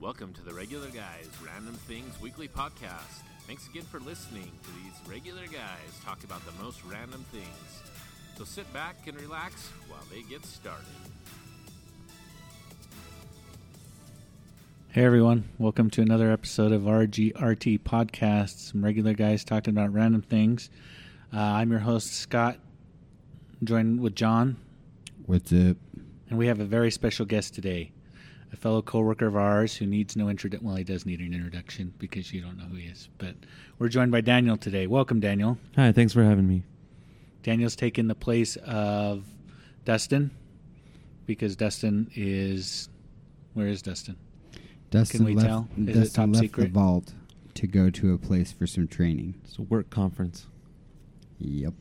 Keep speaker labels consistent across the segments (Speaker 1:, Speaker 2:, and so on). Speaker 1: Welcome to the Regular Guys Random Things Weekly Podcast. Thanks again for listening to these regular guys talk about the most random things. So sit back and relax while they get started.
Speaker 2: Hey everyone, welcome to another episode of RGRT Podcast. Some regular guys talking about random things. Uh, I'm your host Scott, joined with John,
Speaker 3: What's up?
Speaker 2: and we have a very special guest today, a fellow coworker of ours who needs no introduction. Well, he does need an introduction because you don't know who he is. But we're joined by Daniel today. Welcome, Daniel.
Speaker 4: Hi, thanks for having me.
Speaker 2: Daniel's taken the place of Dustin because Dustin is where is Dustin?
Speaker 3: Dustin
Speaker 2: we
Speaker 3: left,
Speaker 2: tell? Is it
Speaker 3: Dustin
Speaker 2: top
Speaker 3: left
Speaker 2: secret?
Speaker 3: the vault to go to a place for some training.
Speaker 4: It's a work conference.
Speaker 3: Yep.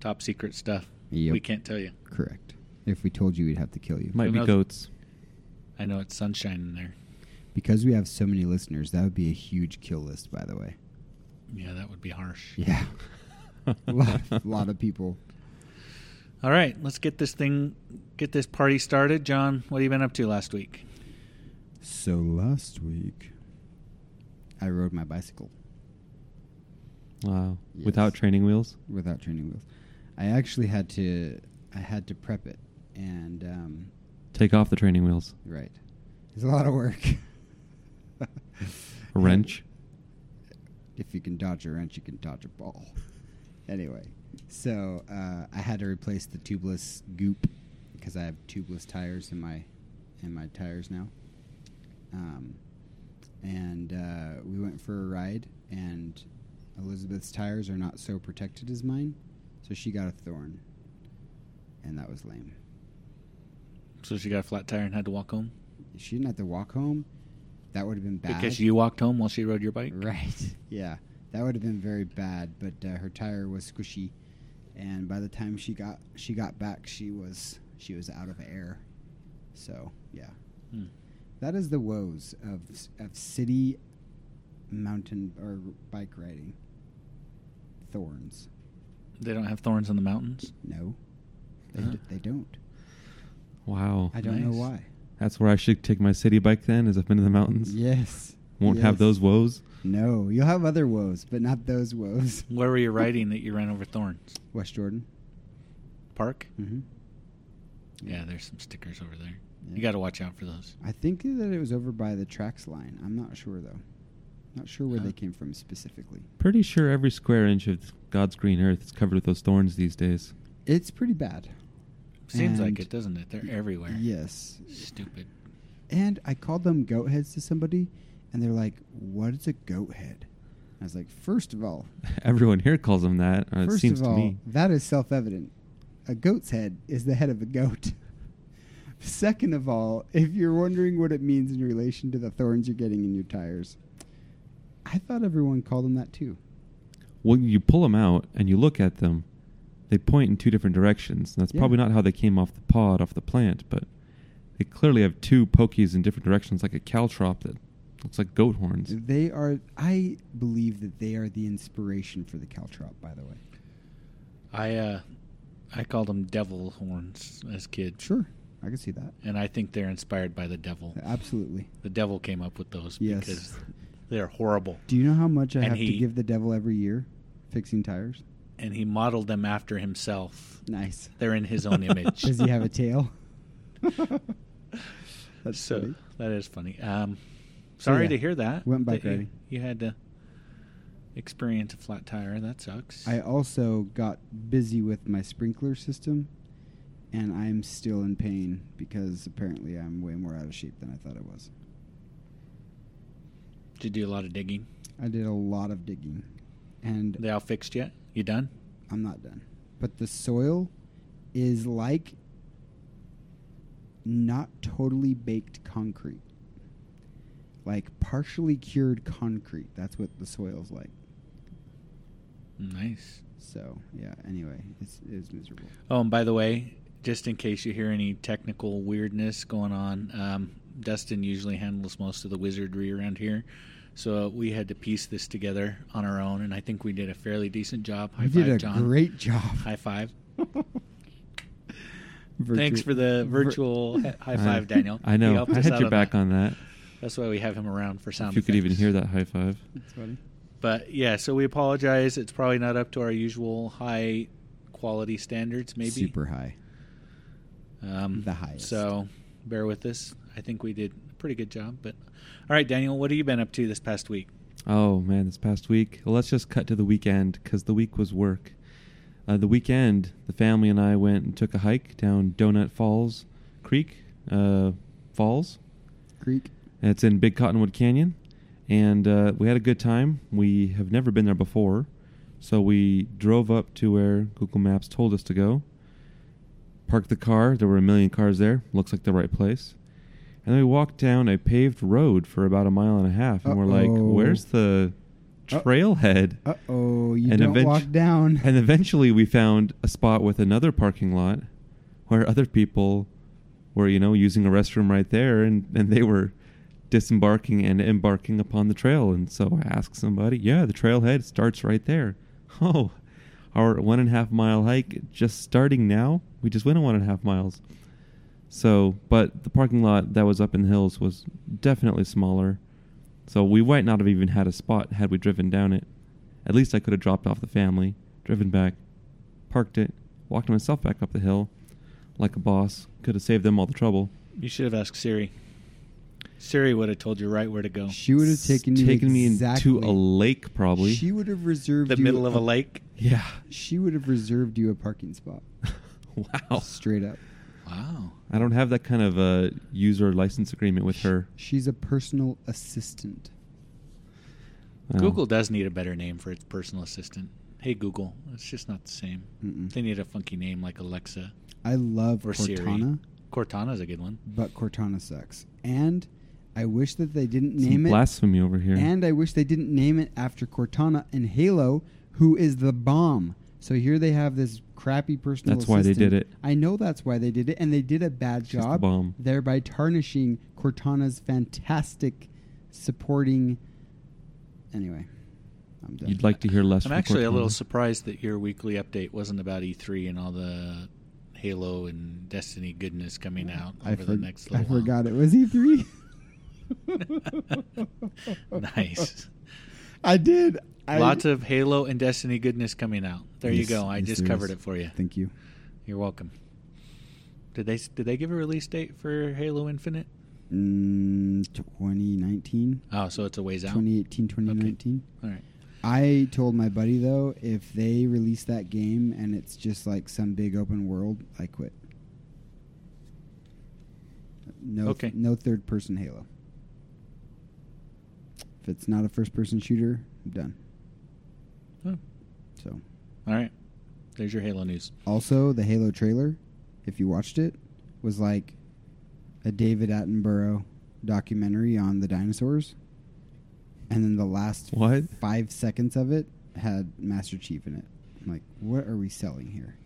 Speaker 2: Top secret stuff.
Speaker 3: Yep.
Speaker 2: We can't tell you.
Speaker 3: Correct. If we told you, we'd have to kill you.
Speaker 4: Might
Speaker 2: Who
Speaker 4: be
Speaker 2: knows?
Speaker 4: goats.
Speaker 2: I know it's sunshine in there.
Speaker 3: Because we have so many listeners, that would be a huge kill list, by the way.
Speaker 2: Yeah, that would be harsh.
Speaker 3: Yeah. a, lot, a lot of people.
Speaker 2: All right, let's get this thing, get this party started. John, what have you been up to last week?
Speaker 3: So last week, I rode my bicycle
Speaker 4: Wow.
Speaker 3: Yes.
Speaker 4: Without training wheels?
Speaker 3: without training wheels. I actually had to. I had to prep it, and um,
Speaker 4: Take off the training wheels.
Speaker 3: right, it's a lot of work.
Speaker 4: A wrench?
Speaker 3: if you can dodge a wrench, you can dodge a ball. anyway, so uh, I had to replace the tubeless goop because I have tubeless tires in my in my tires now. Um, and uh, we went for a ride, and Elizabeth's tires are not so protected as mine, so she got a thorn, and that was lame.
Speaker 2: So she got a flat tire and had to walk home
Speaker 3: If she didn't have to walk home, that would have been bad.
Speaker 2: because you walked home while she rode your bike.
Speaker 3: Right. Yeah. That would have been very bad, but uh, her tire was squishy, and by the time she got she got back, she was she was out of air. So yeah,
Speaker 2: Hmm.
Speaker 3: that is the woes of of city mountain or bike riding. Thorns.
Speaker 2: They don't have thorns in the mountains.
Speaker 3: No, they,
Speaker 4: Huh.
Speaker 3: d- they don't.
Speaker 4: Wow.
Speaker 3: I don't
Speaker 2: Nice.
Speaker 3: know why.
Speaker 4: That's where I should take my city bike then, is up into the mountains.
Speaker 3: Yes.
Speaker 4: Won't have
Speaker 3: yes.
Speaker 4: those woes.
Speaker 3: No, you'll have other woes, but not those woes.
Speaker 2: Where were you riding that you ran over thorns?
Speaker 3: West Jordan.
Speaker 2: Park?
Speaker 3: Mm-hmm.
Speaker 2: Yeah, there's some stickers over there. You
Speaker 3: Yeah.
Speaker 2: got to watch out for those.
Speaker 3: I think that it was over by the tracks line. I'm not sure though. Not sure where
Speaker 2: Huh.
Speaker 3: they came from specifically.
Speaker 4: Pretty sure every square inch of God's green earth is covered with those thorns these days.
Speaker 3: It's pretty bad.
Speaker 2: Seems like
Speaker 3: And-
Speaker 2: it, doesn't it? They're everywhere.
Speaker 3: Yes.
Speaker 2: Stupid.
Speaker 3: And I called them goat heads to somebody, and they're like, "What is a goat head?" I was like, first of all,
Speaker 4: Everyone here calls them that. or it
Speaker 3: first
Speaker 4: seems
Speaker 3: of all,
Speaker 4: to me.
Speaker 3: that is self-evident. A goat's head is the head of a goat. Second of all, if you're wondering what it means in relation to the thorns you're getting in your tires, I thought everyone called them that too.
Speaker 4: When you pull them out and you look at them, they point in two different directions. And that's
Speaker 3: Yeah.
Speaker 4: probably not how they came off the pod, off the plant, but they clearly have two pokies in different directions, like a caltrop that looks like goat horns.
Speaker 3: They are. I believe that they are the inspiration for the caltrop. By the way,
Speaker 2: I uh, I called them devil horns as kids,
Speaker 3: sure, I can see that.
Speaker 2: and I think they're inspired by the devil.
Speaker 3: Absolutely.
Speaker 2: The devil came up with those
Speaker 3: Yes.
Speaker 2: because they're horrible.
Speaker 3: Do you know how much I
Speaker 2: And
Speaker 3: have to
Speaker 2: he-
Speaker 3: give the devil every year, fixing tires?
Speaker 2: and he modeled them after himself.
Speaker 3: Nice.
Speaker 2: They're in his own image.
Speaker 3: Does he have a tail? That's
Speaker 2: so
Speaker 3: funny.
Speaker 2: that is funny. Um,
Speaker 3: So,
Speaker 2: sorry
Speaker 3: yeah,
Speaker 2: to hear that.
Speaker 3: went
Speaker 2: that
Speaker 3: bike
Speaker 2: you-
Speaker 3: riding.
Speaker 2: You, had to experience a flat tire. That sucks.
Speaker 3: I also got busy with my sprinkler system, and I'm still in pain because apparently I'm way more out of shape than I thought I was.
Speaker 2: Did you do a lot of digging?
Speaker 3: I did a lot of digging, and
Speaker 2: They all fixed yet? You done?
Speaker 3: I'm not done. But the soil is like not totally baked concrete. Like partially cured concrete. That's what the soil's like.
Speaker 2: Nice.
Speaker 3: So, yeah, anyway, it's, it was miserable.
Speaker 2: Oh, and by the way, just in case you hear any technical weirdness going on, um, Dustin usually handles most of the wizardry around here. So we had to piece this together on our own, and I think we did a fairly decent job. High
Speaker 3: you
Speaker 2: five,
Speaker 3: did a
Speaker 2: John.
Speaker 3: great job.
Speaker 2: High five.
Speaker 3: Virtu-
Speaker 2: Thanks for the
Speaker 3: vir-
Speaker 2: virtual he- high
Speaker 4: I-
Speaker 2: five, Daniel.
Speaker 4: I
Speaker 2: You
Speaker 4: know.
Speaker 2: helped
Speaker 4: I
Speaker 2: us
Speaker 4: had
Speaker 2: out
Speaker 4: your back
Speaker 2: that.
Speaker 4: on that.
Speaker 2: That's why we have him around for sound.
Speaker 4: if you could even
Speaker 2: effects.
Speaker 4: hear that high five.
Speaker 3: That's funny.
Speaker 2: But yeah, so we apologize. It's probably not up to our usual high quality standards. Maybe
Speaker 3: super high.
Speaker 2: um,
Speaker 3: the highest.
Speaker 2: So bear with us. I think we did a pretty good job. But all right, Daniel, what have you been up to this past week?
Speaker 4: Oh man, this past week. Well, let's just cut to the weekend because the week was work. Uh, the weekend, the family and I went and took a hike down Donut Falls Creek uh, Falls.
Speaker 3: Creek.
Speaker 4: It's in Big Cottonwood Canyon, and uh, we had a good time. We have never been there before, so we drove up to where Google Maps told us to go. Parked the car. There were a million cars there. Looks like the right place. And then we walked down a paved road for about a mile and a half, and we're like,
Speaker 3: Uh-oh.
Speaker 4: "Where's the
Speaker 3: Uh-
Speaker 4: trailhead?"
Speaker 3: Uh oh, you
Speaker 4: And
Speaker 3: don't
Speaker 4: event-
Speaker 3: walk down.
Speaker 4: And eventually, we found a spot with another parking lot where other people were, you know, using a restroom right there, and, and they were disembarking and embarking upon the trail. And so I asked somebody, "Yeah, the trailhead starts right there." Oh, our one and a half mile hike just starting now. We just went on one and a half miles. So, but the parking lot that was up in the hills was definitely smaller. So we might not have even had a spot had we driven down it. At least I could have dropped off the family, driven back, parked it, walked myself back up the hill like a boss. Could have saved them all the trouble.
Speaker 2: You should have asked Siri. Siri would have told you right where to go.
Speaker 3: She would have taken you
Speaker 4: taken me
Speaker 3: exactly.
Speaker 4: into a lake, probably.
Speaker 3: She would have reserved
Speaker 2: the
Speaker 3: you
Speaker 2: middle of a lake.
Speaker 4: yeah.
Speaker 3: She would have reserved you a parking spot.
Speaker 4: wow.
Speaker 3: Straight up.
Speaker 2: Wow.
Speaker 4: I don't have that kind of a user license agreement with her.
Speaker 3: She's a personal assistant.
Speaker 4: Wow.
Speaker 2: Google does need a better name for its personal assistant. Hey Google, it's just not the same.
Speaker 3: Mm-mm.
Speaker 2: They need a funky name like Alexa.
Speaker 3: I love
Speaker 2: Or Siri.
Speaker 3: Cortana,
Speaker 2: Cortana's a good one.
Speaker 3: but Cortana sucks. And I wish that they didn't
Speaker 4: Some
Speaker 3: name it.
Speaker 4: blasphemy over here.
Speaker 3: And I wish they didn't name it after Cortana and Halo, who is the bomb. So here they have this crappy personal.
Speaker 4: That's why they
Speaker 3: assistant.
Speaker 4: did it.
Speaker 3: I know that's why they did it, and they did a bad
Speaker 4: just a
Speaker 3: job,
Speaker 4: bomb.
Speaker 3: thereby tarnishing Cortana's fantastic supporting. Anyway, I'm done.
Speaker 4: You'd like to hear less.
Speaker 2: I'm
Speaker 4: from
Speaker 2: actually a little
Speaker 4: Cortana.
Speaker 2: surprised that your weekly update wasn't about E3 and all the Halo and Destiny goodness coming out
Speaker 3: Mm-hmm. I,
Speaker 2: over
Speaker 3: for-
Speaker 2: the next
Speaker 3: I
Speaker 2: little while.
Speaker 3: forgot it was E3.
Speaker 2: nice.
Speaker 3: I did. I,
Speaker 2: Lots of Halo and Destiny goodness coming out. There
Speaker 3: Yes,
Speaker 2: you go. I
Speaker 3: yes,
Speaker 2: just
Speaker 3: there
Speaker 2: covered
Speaker 3: is.
Speaker 2: it for you.
Speaker 3: Thank you.
Speaker 2: You're welcome. Did they did they give a release date for Halo Infinite?
Speaker 3: Mm, 2019,
Speaker 2: Oh, so it's a ways out.
Speaker 3: 2018, 2019.
Speaker 2: All right.
Speaker 3: I told my buddy though, if they release that game and it's just like some big open world, I quit. No,
Speaker 2: Okay.
Speaker 3: no third person Halo. If it's not a first person shooter, I'm done.
Speaker 2: Oh,
Speaker 3: So,
Speaker 2: all right. There's your Halo news.
Speaker 3: also the Halo trailer, if you watched it, was like a David Attenborough documentary on the dinosaurs, and then the last
Speaker 4: What?
Speaker 3: five seconds of it had Master Chief in it. I'm like, what are we selling here?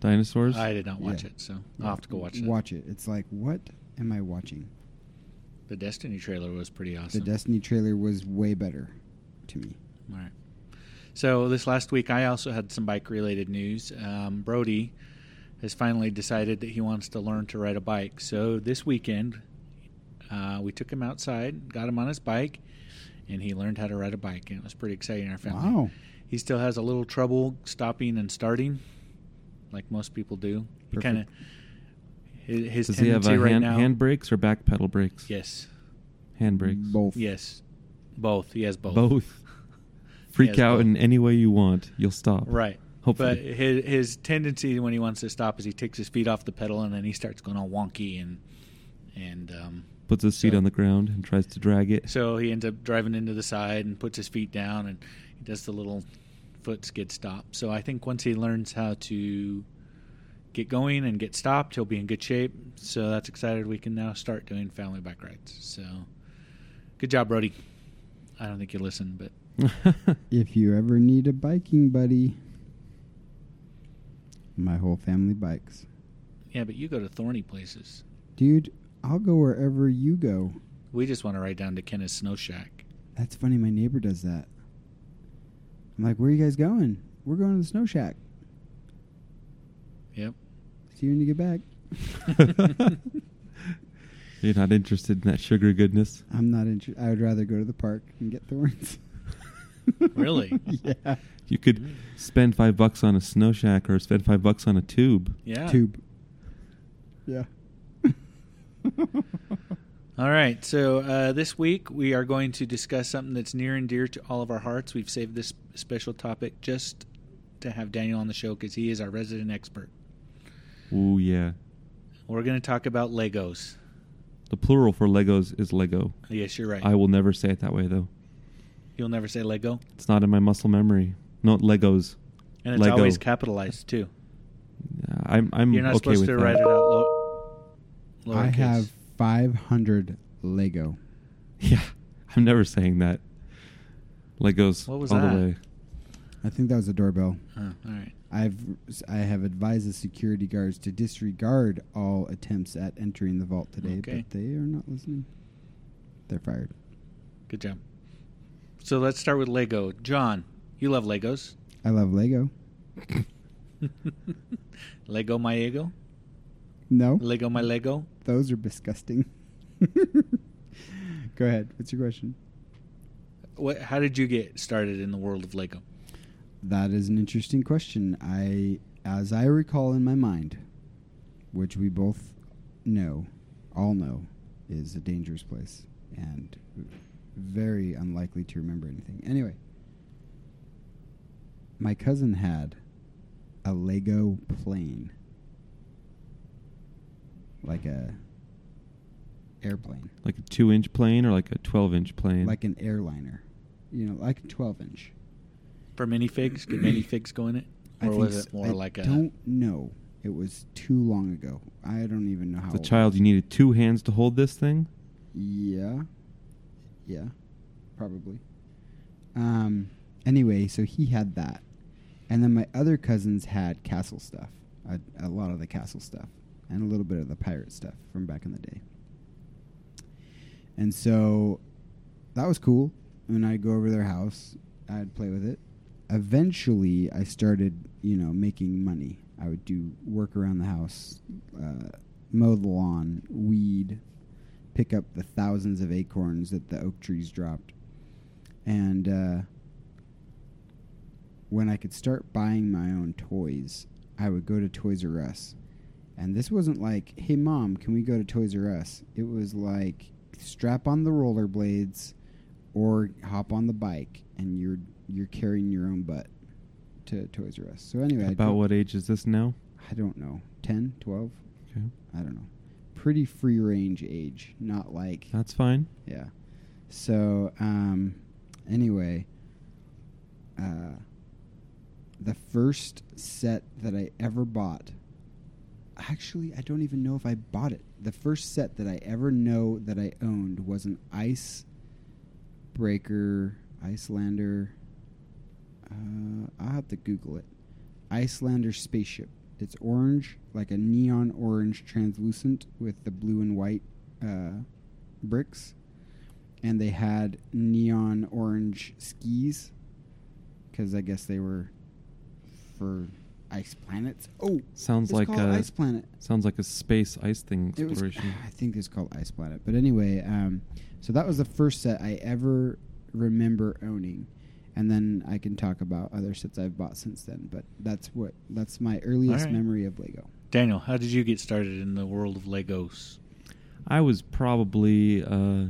Speaker 4: Dinosaurs?
Speaker 2: I did not watch
Speaker 3: Yeah.
Speaker 2: it, so I'll have to go watch it.
Speaker 3: Watch it. It's like, what am I watching?
Speaker 2: The Destiny trailer was pretty awesome.
Speaker 3: The Destiny trailer was way better to me.
Speaker 2: All right. So this last week, I also had some bike-related news. Um, Brody has finally decided that he wants to learn to ride a bike. So this weekend, uh, we took him outside, got him on his bike, and he learned how to ride a bike, and it was pretty exciting. in Our family.
Speaker 3: Wow.
Speaker 2: He still has a little trouble stopping and starting, like most people do. He
Speaker 3: Perfect.
Speaker 2: kind of his, his
Speaker 4: Does he have
Speaker 2: tendency
Speaker 4: a
Speaker 2: right
Speaker 4: hand,
Speaker 2: now.
Speaker 4: hand brakes or back pedal brakes?
Speaker 2: yes,
Speaker 4: Hand brakes.
Speaker 3: Both.
Speaker 2: yes, both. He has
Speaker 4: both. Freak
Speaker 2: Yes,
Speaker 4: out
Speaker 2: both.
Speaker 4: in any way you want. You'll stop.
Speaker 2: Right. But
Speaker 4: Hopefully.
Speaker 2: his, his tendency when he wants to stop is he takes his feet off the pedal and then he starts going all wonky and and um,
Speaker 4: Puts his feet
Speaker 2: so-
Speaker 4: on the ground and tries to drag it.
Speaker 2: so he ends up driving into the side and puts his feet down and he does the little foot skid stop. So I think once he learns how to get going and get stopped, he'll be in good shape. So that's excited. We can now start doing family bike rides. So good job, Brody. I don't think you listen, but
Speaker 3: If you ever need a biking buddy, my whole family bikes.
Speaker 2: yeah, but you go to thorny places.
Speaker 3: Dude, I'll go wherever you go.
Speaker 2: We just want to ride down to Kenneth's snow shack.
Speaker 3: That's funny. My neighbor does that. I'm like, where are you guys going? We're going to the snow shack.
Speaker 2: Yep.
Speaker 3: See you when you get back.
Speaker 4: You're not interested in that sugar goodness.
Speaker 3: I'm not interested. I would rather go to the park and get thorns.
Speaker 2: Really?
Speaker 3: yeah.
Speaker 4: You could spend five bucks on a snow shack or spend five bucks on a tube.
Speaker 2: Yeah.
Speaker 3: Tube. Yeah.
Speaker 2: All right. So uh, this week we are going to discuss something that's near and dear to all of our hearts. We've saved this special topic just to have Daniel on the show because he is our resident expert.
Speaker 4: Ooh, yeah.
Speaker 2: We're going to talk about Legos.
Speaker 4: The plural for Legos is Lego.
Speaker 2: Yes, you're right.
Speaker 4: I will never say it that way, though.
Speaker 2: You'll never say Lego,
Speaker 4: It's not in my muscle memory. No, Legos.
Speaker 2: and it's
Speaker 4: Lego.
Speaker 2: always capitalized too.
Speaker 4: Yeah, I'm, I'm
Speaker 2: You're not
Speaker 4: okay
Speaker 2: supposed
Speaker 4: with
Speaker 2: to
Speaker 4: that.
Speaker 2: write it out. Low,
Speaker 3: I
Speaker 2: lowercase.
Speaker 3: have 500 Lego.
Speaker 4: Yeah, I'm never saying that. Legos
Speaker 2: What was
Speaker 4: all
Speaker 2: that?
Speaker 4: the way.
Speaker 3: I think that was a doorbell.
Speaker 2: Oh, all right.
Speaker 3: I've I have advised the security guards to disregard all attempts at entering the vault today,
Speaker 2: Okay.
Speaker 3: but they are not listening. They're fired.
Speaker 2: Good job. So let's start with Lego. John, you love Legos.
Speaker 3: I love Lego.
Speaker 2: Lego my ego.
Speaker 3: No,
Speaker 2: Lego my Lego.
Speaker 3: those are disgusting. Go ahead. What's your question?
Speaker 2: What? How did you get started in the world of Lego?
Speaker 3: That is an interesting question. I, as I recall in my mind, which we both know, all know, is a dangerous place and very unlikely to remember anything. Anyway, my cousin had a Lego plane, like a airplane,
Speaker 4: Like a two inch plane or like a 12 inch plane?
Speaker 3: like an airliner, you know, like a twelve inch.
Speaker 2: For minifigs? Did minifigs go in it, or was
Speaker 3: s-
Speaker 2: it more
Speaker 3: I
Speaker 2: like a?
Speaker 3: don't know. It was too long ago. I don't even know how.
Speaker 4: As a
Speaker 3: old-
Speaker 4: child, you needed two hands to hold this thing?
Speaker 3: Yeah, yeah, probably. Um. Anyway, so he had that, and then my other cousins had castle stuff. A, a lot of the castle stuff, and a little bit of the pirate stuff from back in the day. And so, that was cool. And I'd go over to their house. I'd play with it. Eventually, I started, you know, making money. I would do work around the house, uh, mow the lawn, weed, pick up the thousands of acorns that the oak trees dropped. And uh, when I could start buying my own toys, I would go to Toys R Us. And this wasn't like, hey, mom, can we go to Toys R Us? It was like, strap on the rollerblades or hop on the bike, and you're you're carrying your own butt to Toys R Us. So, anyway, I'd
Speaker 4: About
Speaker 3: go-
Speaker 4: what age is this now?
Speaker 3: I don't know, 10, 12?
Speaker 4: Okay.
Speaker 3: I don't know. Pretty free range age, not like
Speaker 4: That's fine.
Speaker 3: yeah. So um, anyway, uh, the first set that I ever bought. Actually, I don't even know if I bought it. The first set that I ever know that I owned was an Ice Breaker Icelander. Uh, I'll have to Google it. Icelander spaceship. It's orange, like a neon orange translucent with the blue and white uh, bricks, and they had neon orange skis because I guess they were for ice planets. Oh,
Speaker 4: Sounds
Speaker 3: it's
Speaker 4: like
Speaker 3: called
Speaker 4: a
Speaker 3: Ice Planet.
Speaker 4: sounds like a space ice thing
Speaker 3: It was,
Speaker 4: exploration.
Speaker 3: I think it's called Ice Planet. But anyway, um, so that was the first set I ever remember owning. And then I can talk about other sets I've bought since then, but that's what that's my earliest
Speaker 2: right.
Speaker 3: memory of Lego.
Speaker 2: Daniel, how did you get started in the world of Legos?
Speaker 4: I was probably uh,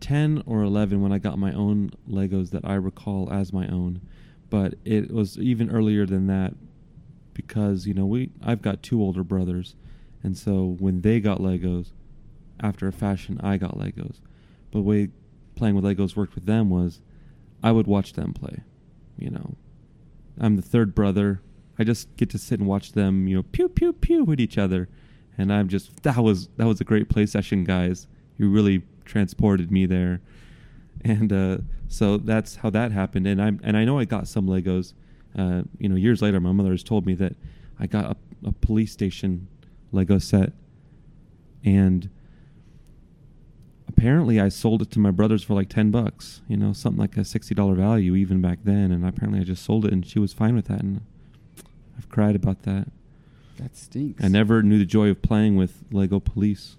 Speaker 4: 10 or 11 when I got my own Legos that I recall as my own. But it was even earlier than that because, you know, we I've got two older brothers. And so when they got Legos, after a fashion, I got Legos. But the way playing with Legos worked with them was I would watch them play, you know. I'm the third brother. I just get to sit and watch them, you know, pew pew pew at each other, and I'm just that was that was a great play session, guys. You really transported me there, and uh, so that's how that happened. And I'm and I know I got some Legos. Uh, you know, years later, my mother has told me that I got a, a police station Lego set, and apparently I sold it to my brothers for like 10 bucks, you know, something like a $60 value even back then. And apparently I just sold it and she was fine with that. And I've cried about that.
Speaker 3: That stinks.
Speaker 4: I never knew the joy of playing with Lego police.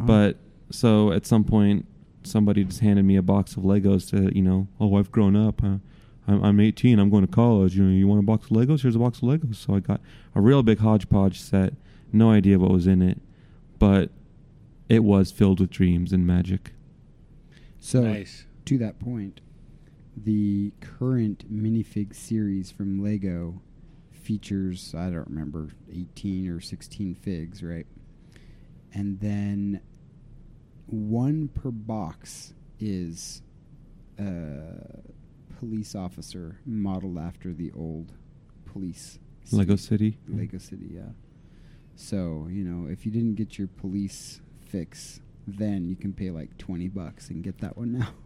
Speaker 3: Wow.
Speaker 4: But so at some point, somebody just handed me a box of Legos to, you know, oh, I've grown up. Huh? I'm, I'm 18. I'm going to college. You know, you want a box of Legos? Here's a box of Legos. So I got a real big hodgepodge set. No idea what was in it, but it was filled with dreams and magic.
Speaker 3: so
Speaker 2: nice.
Speaker 3: to that point, the current minifig series from Lego features I don't remember 18 or 16 figs, right? And then one per box is a police officer modeled after the old police
Speaker 4: Lego City. Mm-hmm.
Speaker 3: Lego City, yeah. So, you know, if you didn't get your police fix, then you can pay like 20 bucks and get that one now.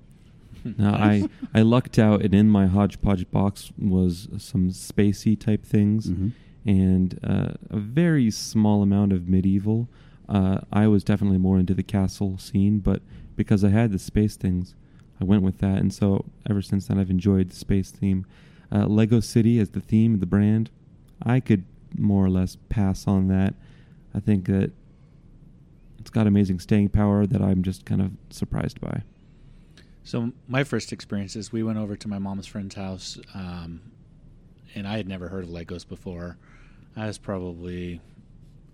Speaker 4: No, I, I lucked out, and in my hodgepodge box was some spacey type things
Speaker 3: Mhm.
Speaker 4: and uh, a very small amount of medieval. Uh, I was definitely more into the castle scene, but because I had the space things, I went with that. And so ever since then, I've enjoyed the space theme. Uh, Lego City as the theme, the brand, I could more or less pass on that. I think that it's got amazing staying power that I'm just kind of surprised by.
Speaker 2: So my first experience is we went over to my mom's friend's house, um, and I had never heard of Legos before. I was probably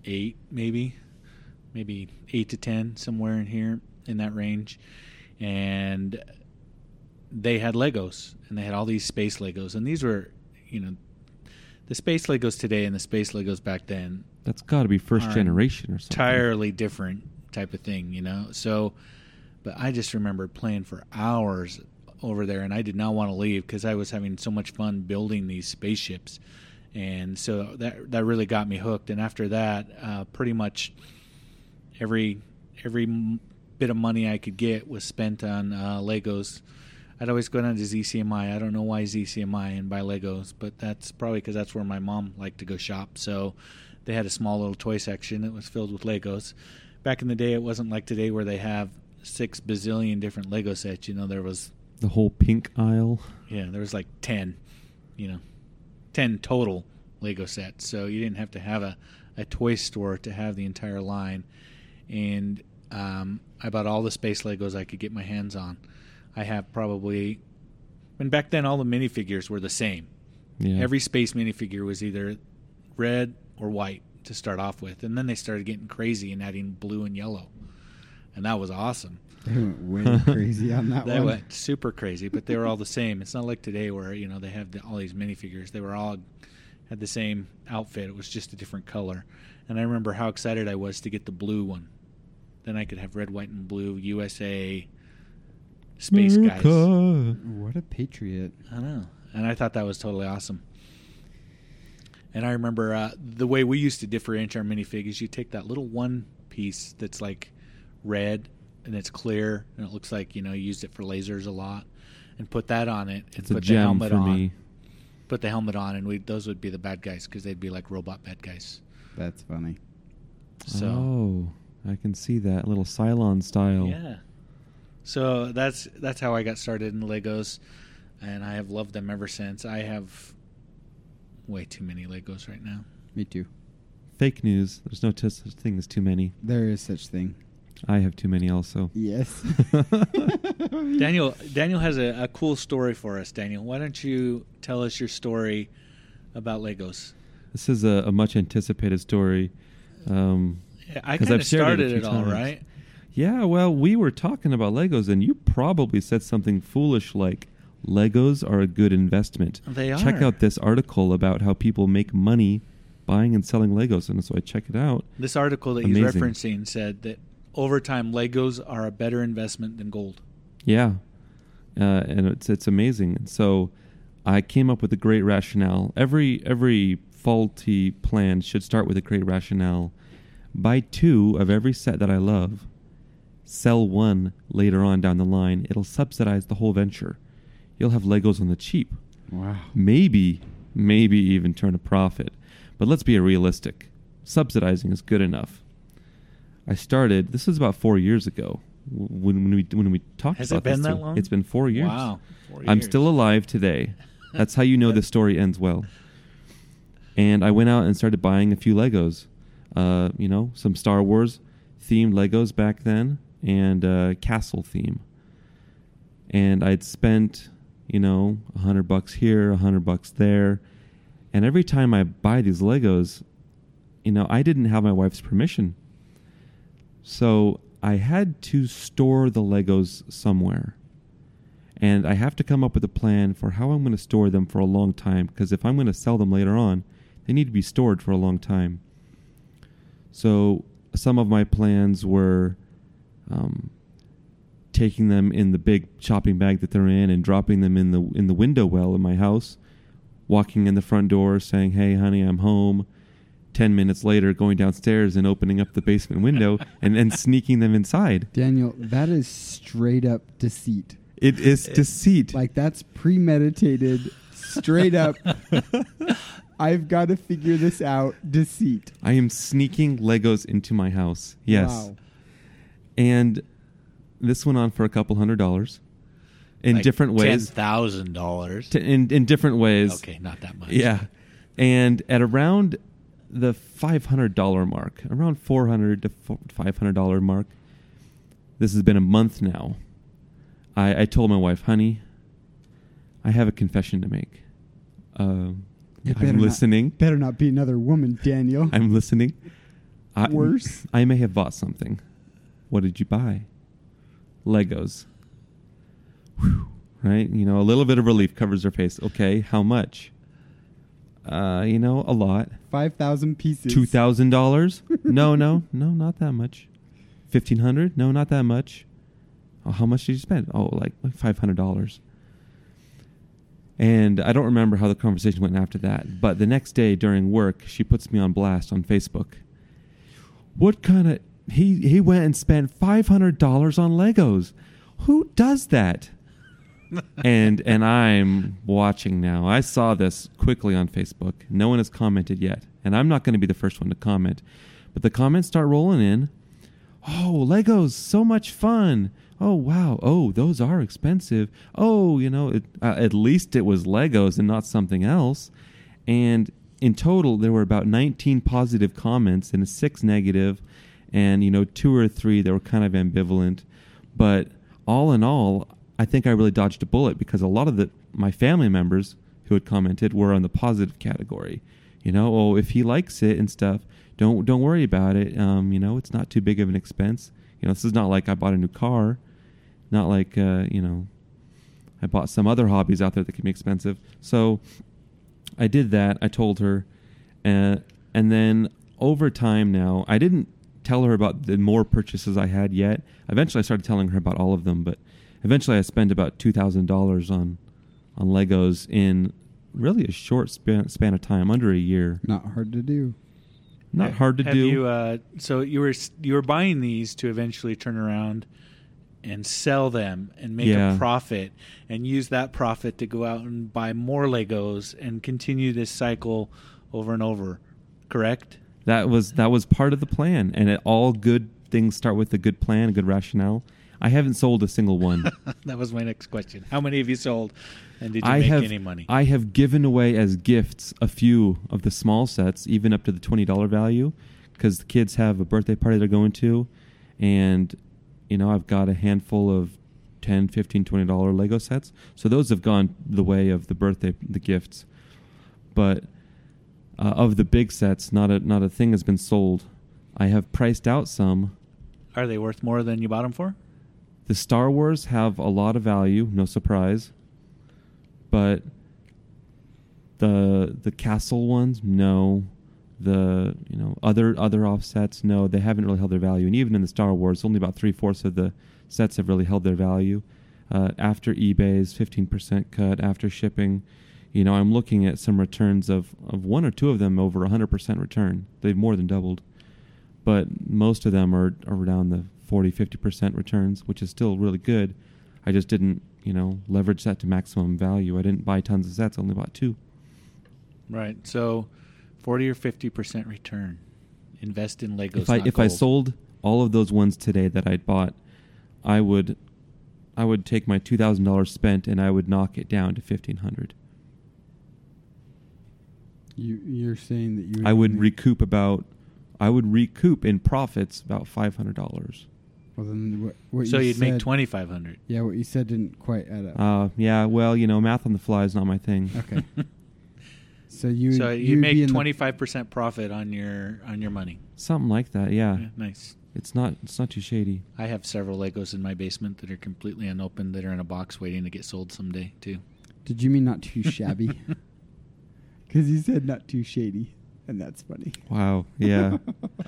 Speaker 2: eight, maybe, maybe eight to ten, somewhere in here in that range, and they had Legos, and they had all these space Legos, and these were, you know, the space Legos today and the space Legos back then
Speaker 4: That's got to be first
Speaker 2: Aren't
Speaker 4: generation or something.
Speaker 2: entirely different type of thing, you know. So, but I just remember playing for hours over there, and I did not want to leave because I was having so much fun building these spaceships, and so that that really got me hooked. And after that, uh, pretty much every every m- bit of money I could get was spent on uh, Legos. I'd always go down to ZCMI. I don't know why ZCMI and buy Legos, but that's probably because that's where my mom liked to go shop. So they had a small little toy section that was filled with Legos. Back in the day, it wasn't like today where they have six bazillion different Lego sets. You know, there was
Speaker 4: The whole pink aisle.
Speaker 2: yeah, there was like ten, you know, ten total Lego sets. So you didn't have to have a, a toy store to have the entire line. And um, I bought all the space Legos I could get my hands on. I have probably, and back then all the minifigures were the same.
Speaker 4: Yeah.
Speaker 2: Every space minifigure was either red or white to start off with, and then they started getting crazy and adding blue and yellow, and that was awesome.
Speaker 3: They went way crazy on that
Speaker 2: They
Speaker 3: one.
Speaker 2: went super crazy, but they were all the same. It's not like today where you know they have the, all these minifigures. They were all had the same outfit. It was just a different color. And I remember how excited I was to get the blue one. Then I could have red, white, and blue USA space guys.
Speaker 4: America.
Speaker 3: What a patriot!
Speaker 2: I know, and I thought that was totally awesome. And I remember uh, the way we used to differentiate our minifig is you take that little one piece that's like red and it's clear and it looks like you know you used it for lasers a lot, and put that on it and
Speaker 4: It's
Speaker 2: put
Speaker 4: a
Speaker 2: the
Speaker 4: gem
Speaker 2: helmet
Speaker 4: for
Speaker 2: on.
Speaker 4: me.
Speaker 2: Put the helmet on, and we those would be the bad guys because they'd be like robot bad guys.
Speaker 3: That's funny.
Speaker 2: So.
Speaker 4: Oh, I can see that little Cylon style.
Speaker 2: Yeah. So that's that's how I got started in Legos, and I have loved them ever since. I have way too many Legos right now.
Speaker 3: Me too.
Speaker 4: Fake news. There's no t- such thing as too many.
Speaker 3: There is such thing.
Speaker 4: I have too many also.
Speaker 3: Yes.
Speaker 2: Daniel Daniel has a, a cool story for us. Daniel, why don't you tell us your story about Legos?
Speaker 4: This is a, a much anticipated story. Um,
Speaker 2: I
Speaker 4: 'Cause
Speaker 2: kind
Speaker 4: I've
Speaker 2: of
Speaker 4: shared it a
Speaker 2: started
Speaker 4: few
Speaker 2: it all,
Speaker 4: times.
Speaker 2: right?
Speaker 4: yeah, well, we were talking about Legos, and you probably said something foolish like, Legos are a good investment.
Speaker 2: They
Speaker 4: Check
Speaker 2: are.
Speaker 4: out this article about how people make money buying and selling Legos. And so I check it out.
Speaker 2: This article that he's
Speaker 4: Amazing.
Speaker 2: referencing said that over time, Legos are a better investment than gold.
Speaker 4: Yeah, uh, and it's it's amazing. And so I came up with a great rationale. Every every faulty plan should start with a great rationale. Buy two of every set that I love. Sell one later on down the line. It'll subsidize the whole venture. You'll have Legos on the cheap.
Speaker 3: wow.
Speaker 4: Maybe, maybe even turn a profit. But let's be realistic. Subsidizing is good enough. I started. This was about four years ago w- when we when we talked
Speaker 2: Has it
Speaker 4: about this.
Speaker 2: been that
Speaker 4: too.
Speaker 2: long?
Speaker 4: It's been four years.
Speaker 2: Wow, Four
Speaker 4: I'm
Speaker 2: years.
Speaker 4: still alive today. That's how you know this story ends well. And I went out and started buying a few Legos. Uh, you know, some Star Wars, themed Legos back then and uh, castle theme. And I'd spent, you know, a hundred bucks here, a hundred bucks there, and every time I buy these Legos, you know, I didn't have my wife's permission. So I had to store the Legos somewhere. And I have to come up with a plan for how I'm going to store them for a long time because if I'm going to sell them later on, they need to be stored for a long time. So some of my plans were um, taking them in the big shopping bag that they're in and dropping them in the in the window well in my house, walking in the front door saying, "Hey, honey, I'm home." 10 minutes later going downstairs and opening up the basement window and then sneaking them inside.
Speaker 3: Daniel, that is straight up deceit.
Speaker 4: It is deceit.
Speaker 3: Like that's premeditated, straight up. I've got to figure this out. Deceit.
Speaker 4: I am sneaking Legos into my house. Yes.
Speaker 3: Wow.
Speaker 4: And this went on for a couple hundred dollars in
Speaker 2: Like
Speaker 4: different ways.
Speaker 2: $10,000.
Speaker 4: T- in, in different ways.
Speaker 2: Okay, not that much.
Speaker 4: Yeah. And at around the $500 mark, around 400 to fo- $500 mark, this has been a month now. I, I told my wife, honey, I have a confession to make. Um,
Speaker 3: It better
Speaker 4: I'm
Speaker 3: not-
Speaker 4: listening.
Speaker 3: better not be another woman, Daniel.
Speaker 4: I'm listening. I,
Speaker 3: Worse.
Speaker 4: I may have bought something. What did you buy? Legos. Whew, right? You know, a little bit of relief covers her face. Okay, how much? Uh, you know, a lot.
Speaker 3: Five thousand pieces.
Speaker 4: Two thousand dollars? No, no, no, not that much. Fifteen hundred? No, not that much. Oh, how much did you spend? Oh, like like five hundred dollars. And I don't remember how the conversation went after that, but the next day during work, she puts me on blast on Facebook. What kind of he he went and spent five hundred dollars on Legos? Who does that? and and I'm watching now. I saw this quickly on Facebook. No one has commented yet, and I'm not going to be the first one to comment. But the comments start rolling in. Oh, Legos, so much fun. Oh, wow. Oh, those are expensive. Oh, you know, it, uh, at least it was Legos and not something else. And in total, there were about 19 positive comments and six negative, and, you know, two or three that were kind of ambivalent. But all in all, I think I really dodged a bullet because a lot of the my family members who had commented were on the positive category. You know, oh, if he likes it and stuff, don't don't worry about it. Um, you know, it's not too big of an expense. You know, this is not like I bought a new car, not like uh, you know, I bought some other hobbies out there that can be expensive. So I did that. I told her, uh, and then over time now, I didn't tell her about the more purchases I had yet. Eventually, I started telling her about all of them, but eventually, I spent about two thousand dollars on on Legos in really a short span, span of time, under a year.
Speaker 3: Not hard to do.
Speaker 4: Not
Speaker 2: Ha-
Speaker 4: hard to
Speaker 2: have
Speaker 4: do.
Speaker 2: You, uh, so you were s- you were buying these to eventually turn around and sell them and make
Speaker 4: Yeah.
Speaker 2: a profit and use that profit to go out and buy more Legos and continue this cycle over and over. Correct?
Speaker 4: That was that was part of the plan, and it, all good things start with a good plan, a good rationale. I haven't sold a single one.
Speaker 2: that was my next question. How many have you sold, and did you
Speaker 4: I
Speaker 2: make
Speaker 4: have
Speaker 2: any money?
Speaker 4: I have given away as gifts a few of the small sets, even up to the twenty dollar value, because the kids have a birthday party they're going to, and you know I've got a handful of 10 15 20 dollar lego sets so those have gone the way of the birthday the gifts but uh, of the big sets not a not a thing has been sold i have priced out some
Speaker 2: Are they worth more than you bought them for?
Speaker 4: the Star Wars have a lot of value, no surprise. But the the castle ones, no. The you know other other offsets, no. They haven't really held their value, and even in the Star Wars, only about three fourths of the sets have really held their value. Uh, after eBay's fifteen percent cut, after shipping, you know I'm looking at some returns of of one or two of them over hundred percent return. They've more than doubled but most of them are are down the 40 50% returns which is still really good i just didn't you know leverage that to maximum value i didn't buy tons of sets only bought two
Speaker 2: Right. So, forty or fifty percent return. Invest in Legos.
Speaker 4: if i
Speaker 2: not
Speaker 4: if i
Speaker 2: gold.
Speaker 4: sold all of those ones today that i'd bought i would i would take my $2000 spent and i would knock it down to 1500
Speaker 3: You, you're saying that you.
Speaker 4: i would
Speaker 3: only-
Speaker 4: recoup about I would recoup in profits about five hundred dollars.
Speaker 3: Well, then what, what
Speaker 2: so
Speaker 3: you
Speaker 2: you'd
Speaker 3: said-
Speaker 2: make twenty five hundred.
Speaker 3: Yeah, what you said didn't quite add up.
Speaker 4: Uh, yeah, well, you know, math on the fly is not my thing.
Speaker 3: okay. So you
Speaker 2: so you
Speaker 3: you'd be
Speaker 2: make
Speaker 3: in the-
Speaker 2: twenty five percent profit on your on your money.
Speaker 4: Something like that. Yeah.
Speaker 2: Yeah, nice.
Speaker 4: it's not it's not too shady.
Speaker 2: I have several Legos in my basement that are completely unopened that are in a box waiting to get sold someday too.
Speaker 3: Did you mean not too shabby? Because you said not too shady, and that's funny.
Speaker 4: Wow. Yeah.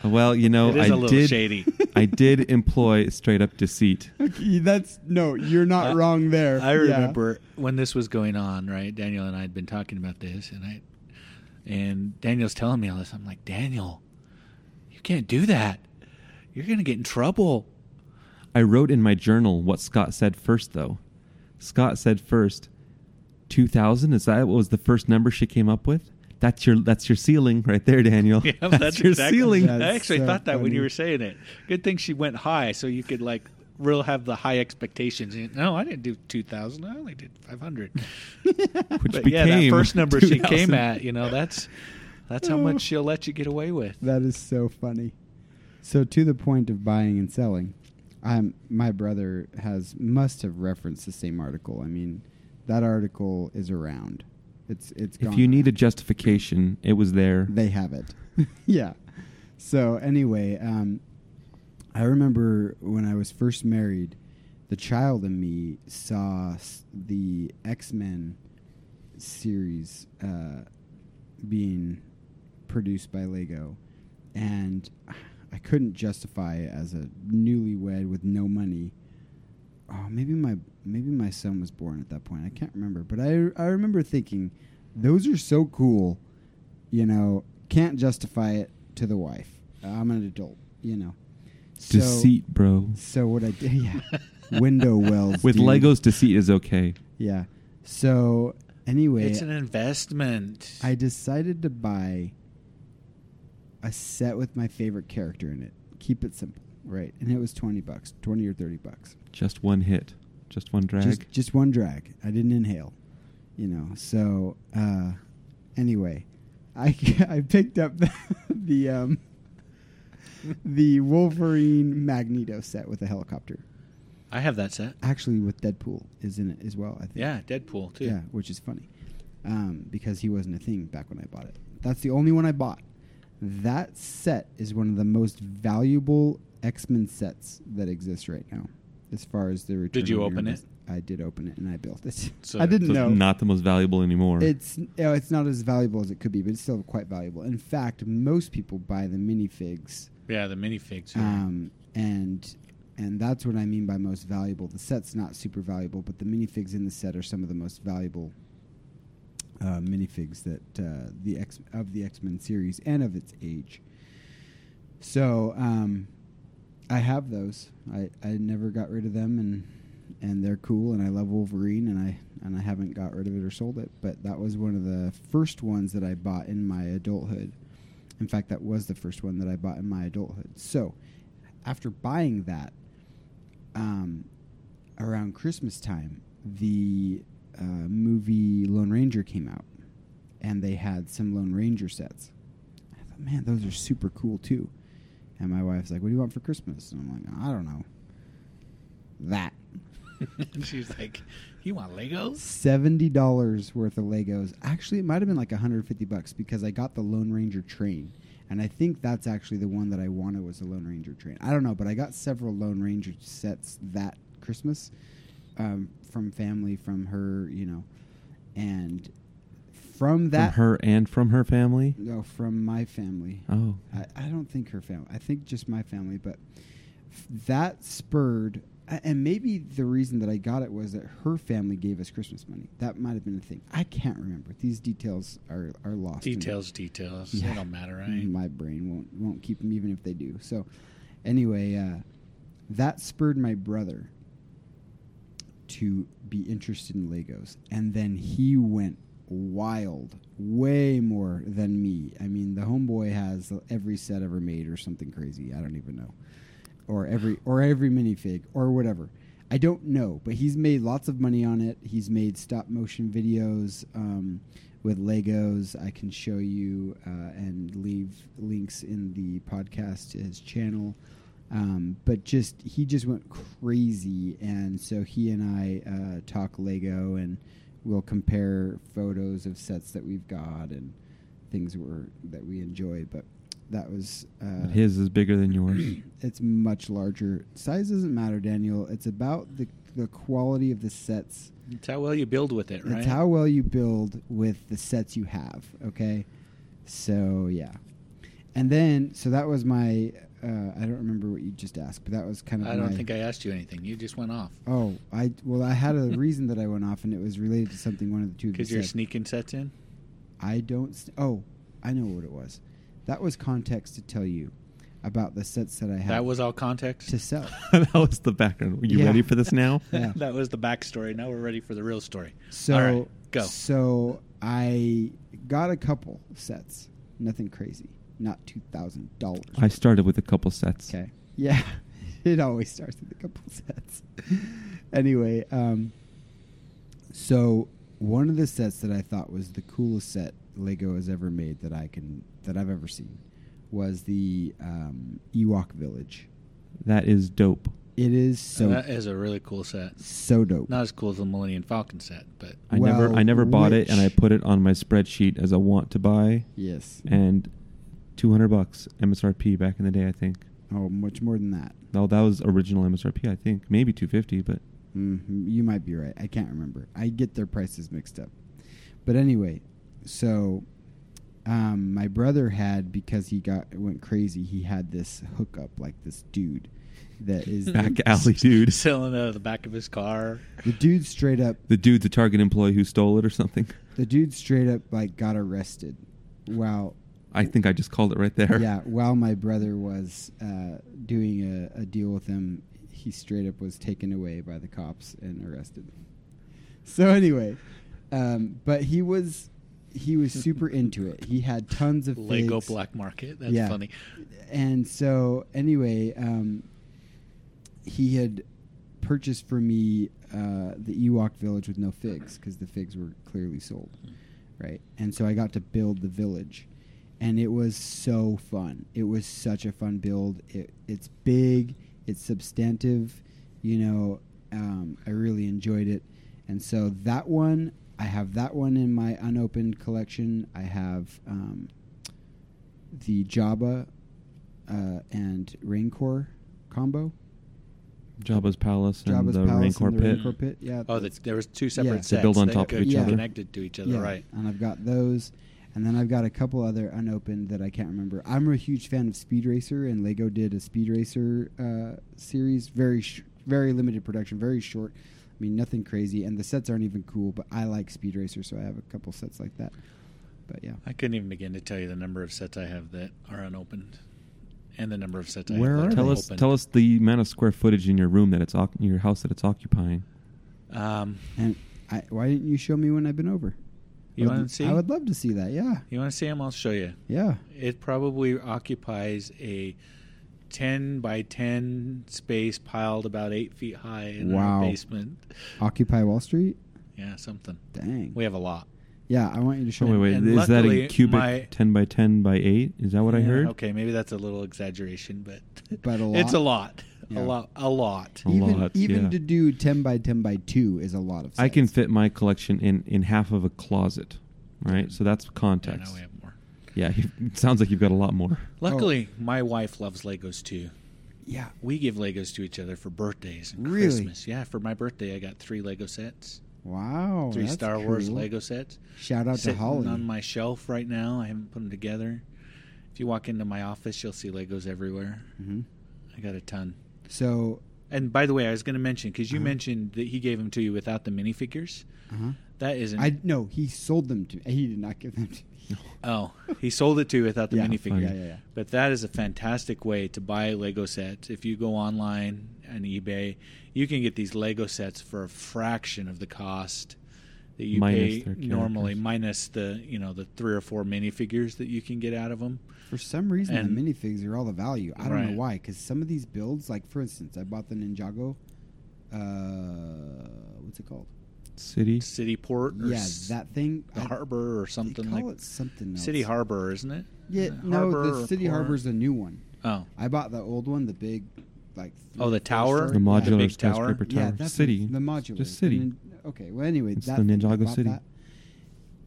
Speaker 4: well, you know,
Speaker 2: it is
Speaker 4: I
Speaker 2: a little
Speaker 4: did.
Speaker 2: shady.
Speaker 4: I did employ straight up deceit.
Speaker 3: Okay, that's no, you're not
Speaker 2: I-
Speaker 3: wrong there.
Speaker 2: I
Speaker 3: Yeah.
Speaker 2: remember when this was going on, right? Daniel and I had been talking about this, and I and Daniel's telling me all this. I'm like, Daniel, you can't do that. You're gonna get in trouble.
Speaker 4: I wrote in my journal what Scott said first, though. Scott said first, two thousand. Is that what was the first number she came up with? That's your that's your ceiling right there, Daniel.
Speaker 2: Yeah,
Speaker 4: that's, your ceiling.
Speaker 3: That's
Speaker 2: I actually
Speaker 3: so
Speaker 2: thought that when
Speaker 3: funny.
Speaker 2: you were saying it. Good thing she went high, so you could like real have the high expectations. You- No, I didn't do two thousand. I only did five hundred.
Speaker 4: Which
Speaker 2: But
Speaker 4: became
Speaker 2: yeah, that first number she came
Speaker 4: 2,000.
Speaker 2: at, you know, that's that's how much she'll let you get away with.
Speaker 3: That is so funny. So to the point of buying and selling, I'm my brother has must have referenced the same article. I mean, that article is around. It's it's gone
Speaker 4: If you need a
Speaker 3: around.
Speaker 4: justification, it was there.
Speaker 3: They have it. yeah. So anyway, um, I remember when I was first married, the child in me saw s- the X Men series uh, being produced by Lego, and I couldn't justify it as a newlywed with no money. Oh, maybe my maybe my son was born at that point. I can't remember, but I I remember thinking, those are so cool you know, can't justify it to the wife. I'm an adult, you know. So,
Speaker 4: deceit, bro.
Speaker 3: So what I did, yeah, window wells
Speaker 4: With
Speaker 3: dude.
Speaker 4: Legos, deceit is okay.
Speaker 3: Yeah. So anyway,
Speaker 2: It's an investment.
Speaker 3: I decided to buy a set with my favorite character in it. Keep it simple, right? And it was twenty bucks, twenty or thirty bucks.
Speaker 4: Just one hit, just one drag.
Speaker 3: Just just one drag. I didn't inhale, you know. So uh, anyway, I I picked up the, the um the Wolverine Magneto set with a helicopter.
Speaker 2: I have that set.
Speaker 3: Actually, with Deadpool is in it as well. I think.
Speaker 2: Yeah, Deadpool too.
Speaker 3: Yeah, which is funny, um, because he wasn't a thing back when I bought it. That's the only one I bought. That set is one of the most valuable X Men sets that exists right now, as far as the return.
Speaker 2: Did you
Speaker 3: on your
Speaker 2: open it?
Speaker 3: invest- I did open it and I built it.
Speaker 2: So-
Speaker 3: I didn't
Speaker 4: so
Speaker 3: know.
Speaker 4: it's not the most valuable anymore.
Speaker 3: It's you know, it's not as valuable as it could be, but it's still quite valuable. In fact, most people buy the minifigs,
Speaker 2: Yeah, the minifigs. Are,
Speaker 3: um, and and that's what I mean by most valuable. The set's not super valuable, but the minifigs in the set are some of the most valuable uh, minifigs that uh, the X of the X Men series and of its age. So um, I have those. I, I never got rid of them, and and they're cool, and I love Wolverine, and I and I haven't got rid of it or sold it. But that was one of the first ones that I bought in my adulthood. In fact, that was the first one that I bought in my adulthood. So after buying that, um, around Christmas time, the uh, movie Lone Ranger came out, and they had some Lone Ranger sets. I thought, man, those are super cool too. And my wife's like, "What do you want for Christmas?" And I'm like, "I don't know." That
Speaker 2: she's like, "You want Legos?"
Speaker 3: seventy dollars worth of Legos. Actually, it might have been like 150 bucks because I got the Lone Ranger train, and I think that's actually the one that I wanted was the Lone Ranger train. I don't know, but I got several Lone Ranger sets that Christmas um, from family, from her, you know, and from
Speaker 4: from
Speaker 3: that,
Speaker 4: her and from her family.
Speaker 3: no, from my family.
Speaker 4: Oh,
Speaker 3: I, I don't think her family. I think just my family. But f- that spurred, a- and maybe the reason that I got it was that her family gave us Christmas money. That might have been a thing. I can't remember. These details are are lost. to me.
Speaker 2: Details, details.
Speaker 3: Yeah. Mm.
Speaker 2: They don't matter, right?
Speaker 3: My brain won't won't keep them even if they do. So, anyway, uh, that spurred my brother to be interested in Legos, and then he went wild, way more than me. I mean, the homeboy has every set ever made, or something crazy. I don't even know, or every or every minifig, or whatever. I don't know, but he's made lots of money on it. He's made stop motion videos um, with Legos. I can show you uh, and leave links in the podcast to his channel. Um, but just he just went crazy, and so he and I uh, talk Lego, and we'll compare photos of sets that we've got and things we're, that we enjoy. But that was uh,
Speaker 4: But his is bigger than yours.
Speaker 3: it's much larger. Size doesn't matter, Daniel. It's about the the quality of the sets.
Speaker 2: It's how well you build with it, right?
Speaker 3: It's how well you build with the sets you have. Okay, so yeah, and then so that was my. Uh, I don't remember what you just asked, but that was kind of.
Speaker 2: I don't
Speaker 3: my-
Speaker 2: think I asked you anything. You just went off
Speaker 3: Oh, I well, I had a reason that I went off, and it was related to something one of the two of you
Speaker 2: because you're
Speaker 3: said.
Speaker 2: sneaking sets in.
Speaker 3: I don't. St- oh, I know what it was. That was context to tell you about the sets that I had
Speaker 2: That was all context.
Speaker 3: to sell.
Speaker 4: that was the background. Are you
Speaker 3: Yeah.
Speaker 4: ready for this now?
Speaker 3: Yeah.
Speaker 2: that was the backstory. Now we're ready for the real story.
Speaker 3: So
Speaker 2: All right, go.
Speaker 3: So I got a couple sets. Nothing crazy. Not two thousand dollars.
Speaker 4: I started with a couple sets.
Speaker 3: Okay. Yeah. It always starts with a couple sets. anyway, um, so one of the sets that I thought was the coolest set Lego has ever made that I can that I've ever seen was the um, Ewok Village.
Speaker 4: That is dope.
Speaker 3: It is
Speaker 2: So
Speaker 3: so
Speaker 2: that is a really cool set.
Speaker 3: so dope.
Speaker 2: Uh, Not as cool as the Millennium Falcon set, but
Speaker 4: I
Speaker 3: Well,
Speaker 4: never I never bought it and I
Speaker 3: which-
Speaker 4: put it on my spreadsheet as a want to buy
Speaker 3: yes.
Speaker 4: and 200 bucks MSRP back in the day I think.
Speaker 3: Oh, much more than that.
Speaker 4: No, that was original MSRP I think. Maybe 250, but
Speaker 3: Mm, you might be right. I can't remember. I get their prices mixed up. But anyway, so um, my brother had because he got went crazy. He had this hookup, like this dude that is
Speaker 4: back
Speaker 3: the,
Speaker 4: alley dude.
Speaker 2: selling out of the back of his car.
Speaker 3: the dude straight up.
Speaker 4: The dude the Target employee who stole it or something.
Speaker 3: The dude straight up like got arrested. While
Speaker 4: I think I just called it right there.
Speaker 3: yeah, while my brother was uh, doing a, a deal with him, he straight up was taken away by the cops and arrested. So anyway, um, but he was he was super into it. He had tons of
Speaker 2: Lego
Speaker 3: figs.
Speaker 2: black market. That's
Speaker 3: Yeah.
Speaker 2: funny.
Speaker 3: And so anyway, um, he had purchased for me uh, the Ewok village with no figs because the figs were clearly sold, right? And so I got to build the village, and it was so fun. It was such a fun build. It, it's big, it's substantive, you know. Um, I really enjoyed it, and so that one. I have that one in my unopened collection. I have um, the Jabba uh, and Rancor combo.
Speaker 4: Jabba's Palace and
Speaker 3: Jabba's
Speaker 4: the
Speaker 3: Palace
Speaker 4: Rancor
Speaker 3: and the
Speaker 4: pit.
Speaker 3: Rancor pit. Yeah.
Speaker 2: Oh, the,
Speaker 3: that's-
Speaker 2: there was two separate
Speaker 3: Yeah. They
Speaker 2: sets.
Speaker 4: build on
Speaker 2: that
Speaker 4: top of
Speaker 2: could
Speaker 3: each
Speaker 2: be
Speaker 3: other.
Speaker 2: connected to each other,
Speaker 3: yeah,
Speaker 2: right?
Speaker 3: And I've got those, and then I've got a couple other unopened that I can't remember. I'm a huge fan of Speed Racer, and Lego did a Speed Racer uh, series, very sh- very limited production, very short. I mean, nothing crazy, and the sets aren't even cool. But I like Speed Racer, so I have a couple sets like that. But yeah,
Speaker 2: I couldn't even begin to tell you the number of sets I have that are unopened, and the number of sets I
Speaker 3: Where
Speaker 2: have.
Speaker 3: are
Speaker 2: that
Speaker 3: they?
Speaker 4: Tell us,
Speaker 2: opened.
Speaker 4: tell us the amount of square footage in your room that it's oc- your house that it's occupying.
Speaker 2: Um,
Speaker 3: and I, why didn't you show me when I've been over?
Speaker 2: you
Speaker 3: I would-
Speaker 2: want to see?
Speaker 3: I would love to see that. Yeah,
Speaker 2: you want to see them? I'll show you.
Speaker 3: yeah.
Speaker 2: It probably occupies a ten by ten space piled about eight feet high in
Speaker 3: Wow.
Speaker 2: our basement.
Speaker 3: Occupy Wall Street.
Speaker 2: Yeah, something.
Speaker 3: Dang.
Speaker 2: We have a lot.
Speaker 3: Yeah, I want you to show
Speaker 4: Oh, wait,
Speaker 3: me.
Speaker 4: wait.
Speaker 2: and
Speaker 4: Is that
Speaker 2: luckily,
Speaker 4: a cubic
Speaker 2: my-
Speaker 4: 10 by 10 by 8? Is that what I
Speaker 2: Yeah,
Speaker 4: heard?
Speaker 2: Okay, maybe that's a little exaggeration, but
Speaker 3: But a
Speaker 2: it's a lot,
Speaker 3: Yeah.
Speaker 2: a lot, a lot.
Speaker 4: A
Speaker 3: even
Speaker 4: lot,
Speaker 3: even
Speaker 4: yeah.
Speaker 3: to do ten by ten by two is a lot of. Sets.
Speaker 4: I can fit my collection in, in half of a closet, right? So that's
Speaker 2: Yeah,
Speaker 4: context.
Speaker 2: now we have more.
Speaker 4: yeah, you it sounds like you've got a lot more.
Speaker 2: Luckily,
Speaker 3: Oh.
Speaker 2: my wife loves Legos too.
Speaker 3: Yeah,
Speaker 2: We give Legos to each other for birthdays and
Speaker 3: Really?
Speaker 2: Christmas. Yeah, for my birthday, I got three Lego sets,
Speaker 3: wow.
Speaker 2: three
Speaker 3: Oh, that's
Speaker 2: Star Wars
Speaker 3: cool.
Speaker 2: Lego sets.
Speaker 3: Shout out to
Speaker 2: sitting
Speaker 3: Holly.
Speaker 2: on my shelf right now. I haven't put them together. If you walk into my office, you'll see Legos everywhere.
Speaker 3: Mhm.
Speaker 2: I got a ton.
Speaker 3: So,
Speaker 2: And by the way, I was going to mention because you mentioned that he gave them to you without the minifigures.
Speaker 3: uh-huh.
Speaker 2: That isn't.
Speaker 3: I no, he sold them to. me. He did not give them to. Me.
Speaker 2: oh, he sold it to you without the
Speaker 3: yeah,
Speaker 2: minifigure.
Speaker 3: Yeah, yeah, yeah.
Speaker 2: But that is a fantastic way to buy Lego sets. If you go online on eBay, you can get these Lego sets for a fraction of the cost that you
Speaker 4: Minus
Speaker 2: pay
Speaker 4: their
Speaker 2: normally,
Speaker 4: characters.
Speaker 2: minus the you know the three or four minifigures that you can get out of them.
Speaker 3: For some reason,
Speaker 2: And-
Speaker 3: the minifigs are all the value. I don't
Speaker 2: Right.
Speaker 3: know why. Because some of these builds, like for instance, I bought the Ninjago, uh, uh, what's it called?
Speaker 4: City.
Speaker 2: City port or
Speaker 3: yeah,
Speaker 2: s-
Speaker 3: that thing.
Speaker 2: the
Speaker 3: I-
Speaker 2: harbor or
Speaker 3: they
Speaker 2: something
Speaker 3: call
Speaker 2: like
Speaker 3: it something. Else.
Speaker 2: City Harbor, isn't it?
Speaker 3: Yeah,
Speaker 2: Uh,
Speaker 3: no,
Speaker 2: harbor
Speaker 3: the
Speaker 2: or
Speaker 3: city
Speaker 2: port?
Speaker 3: harbor's a new one.
Speaker 2: Oh,
Speaker 3: I bought the old one, the big, like.
Speaker 2: Oh, the tower?
Speaker 4: The
Speaker 2: The
Speaker 4: modular
Speaker 2: big tower?
Speaker 4: skyscraper tower.
Speaker 3: Yeah, that's
Speaker 4: city.
Speaker 3: The, the modular.
Speaker 4: Just city.
Speaker 3: And then- okay. Well, anyway,
Speaker 4: It's
Speaker 3: that
Speaker 4: the
Speaker 3: thing, I
Speaker 4: Ninjago
Speaker 3: bought
Speaker 4: City.
Speaker 3: that.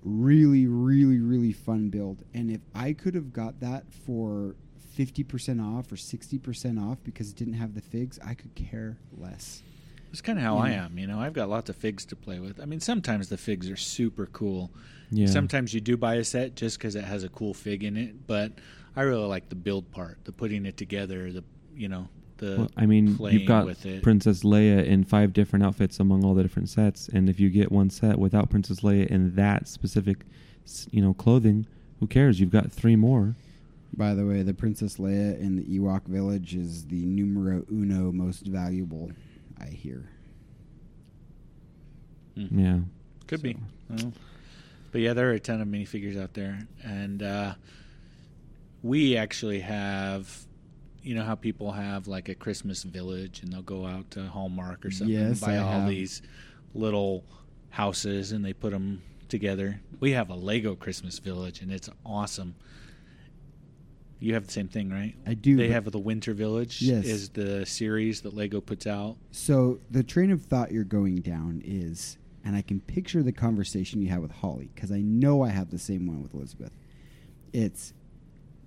Speaker 3: Really, really, really fun build. And if I could have got that for fifty percent off or sixty percent off because it didn't have the figs, I could care less.
Speaker 2: That's kind of how I
Speaker 3: Yeah.
Speaker 2: am. You know, I've got lots of figs to play with. I mean, sometimes the figs are super cool.
Speaker 4: yeah.
Speaker 2: Sometimes you do buy a set just because it has a cool fig in it. But I really like the build part, the putting it together, the you know, the
Speaker 4: Well, I mean,
Speaker 2: playing
Speaker 4: you've got
Speaker 2: with it.
Speaker 4: Princess Leia in five different outfits among all the different sets, and if you get one set without Princess Leia in that specific, s- you know, clothing, who cares? You've got three more.
Speaker 3: By the way, the Princess Leia in the Ewok village is the numero uno most valuable. I hear.
Speaker 2: Hmm.
Speaker 4: Yeah.
Speaker 2: Could be.
Speaker 4: So-
Speaker 2: I don't know. But yeah, there are a ton of minifigures out there, and uh, we actually have. You know how people have like a Christmas village, and they'll go out to Hallmark or something and
Speaker 3: Yes,
Speaker 2: buy
Speaker 3: I
Speaker 2: all
Speaker 3: have.
Speaker 2: these little houses, and they put them together. We have a Lego Christmas village, and it's awesome. You have the same thing, right?
Speaker 3: I do,
Speaker 2: They
Speaker 3: but-
Speaker 2: have the Winter Village.
Speaker 3: Yes.
Speaker 2: is the series that Lego puts out.
Speaker 3: So the train of thought you're going down is, and I can picture the conversation you had with Holly because I know I have the same one with Elizabeth. It's,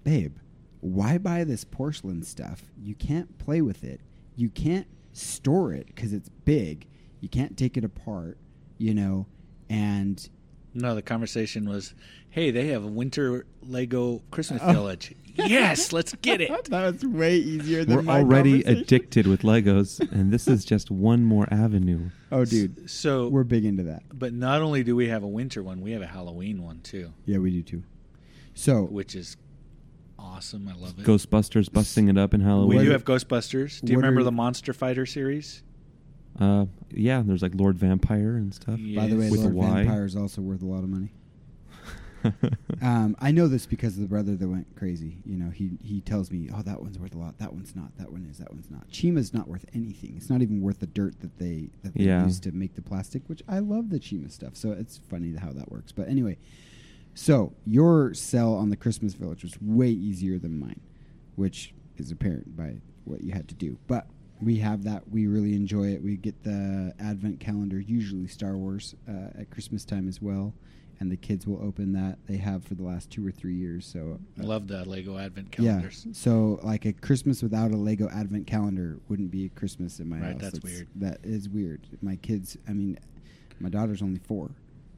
Speaker 3: babe, why buy this porcelain stuff? You can't play with it. You can't store it because it's big. You can't take it apart. You know, and
Speaker 2: No, the conversation was, "Hey, they have a winter Lego Christmas
Speaker 3: Oh.
Speaker 2: village. yes, let's get it."
Speaker 3: that was way easier than
Speaker 4: We're
Speaker 3: my
Speaker 4: already
Speaker 3: conversation.
Speaker 4: addicted with Legos, and this is just one more avenue.
Speaker 3: Oh, dude,
Speaker 2: So,
Speaker 3: we're big into that.
Speaker 2: but not only do we have a winter one, we have a Halloween one too,
Speaker 3: Yeah, we do too. So
Speaker 2: which is awesome. I love it.
Speaker 4: Ghostbusters busting it up in
Speaker 2: we
Speaker 4: Halloween.
Speaker 2: do have Ghostbusters. Do you
Speaker 3: what are
Speaker 2: remember
Speaker 3: you-
Speaker 2: the Monster Fighter series?
Speaker 4: Uh, yeah, there's like Lord Vampire and stuff.
Speaker 3: by the way,
Speaker 4: With a
Speaker 3: Lord
Speaker 4: Y.
Speaker 3: Vampire is also worth a lot of money. Um, I know this because of the brother that went crazy. You know, he he tells me, "Oh, that one's worth a lot. That one's not. That one is. That one's not." Chima's not worth anything. It's not even worth the dirt that they that they
Speaker 4: Yeah.
Speaker 3: use to make the plastic. Which I love the Chima stuff. So it's funny how that works. But anyway, so your sell on the Christmas Village was way easier than mine, which is apparent by what you had to do. But we have that. We really enjoy it. We get the advent calendar, usually Star Wars, uh, at Christmas time as well. And the kids will open that. They have for the last two or three years. So uh,
Speaker 2: Love the Lego Advent calendars.
Speaker 3: yeah. So like a Christmas without a Lego advent calendar wouldn't be a Christmas in my
Speaker 2: Right,
Speaker 3: house.
Speaker 2: that's weird.
Speaker 3: That is weird. My kids, I mean, my daughter's only 4.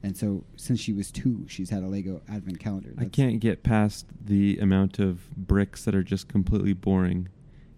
Speaker 3: And so since she was 2, she's had a Lego advent calendar.
Speaker 4: I
Speaker 3: That's-
Speaker 4: can't get past the amount of bricks that are just completely boring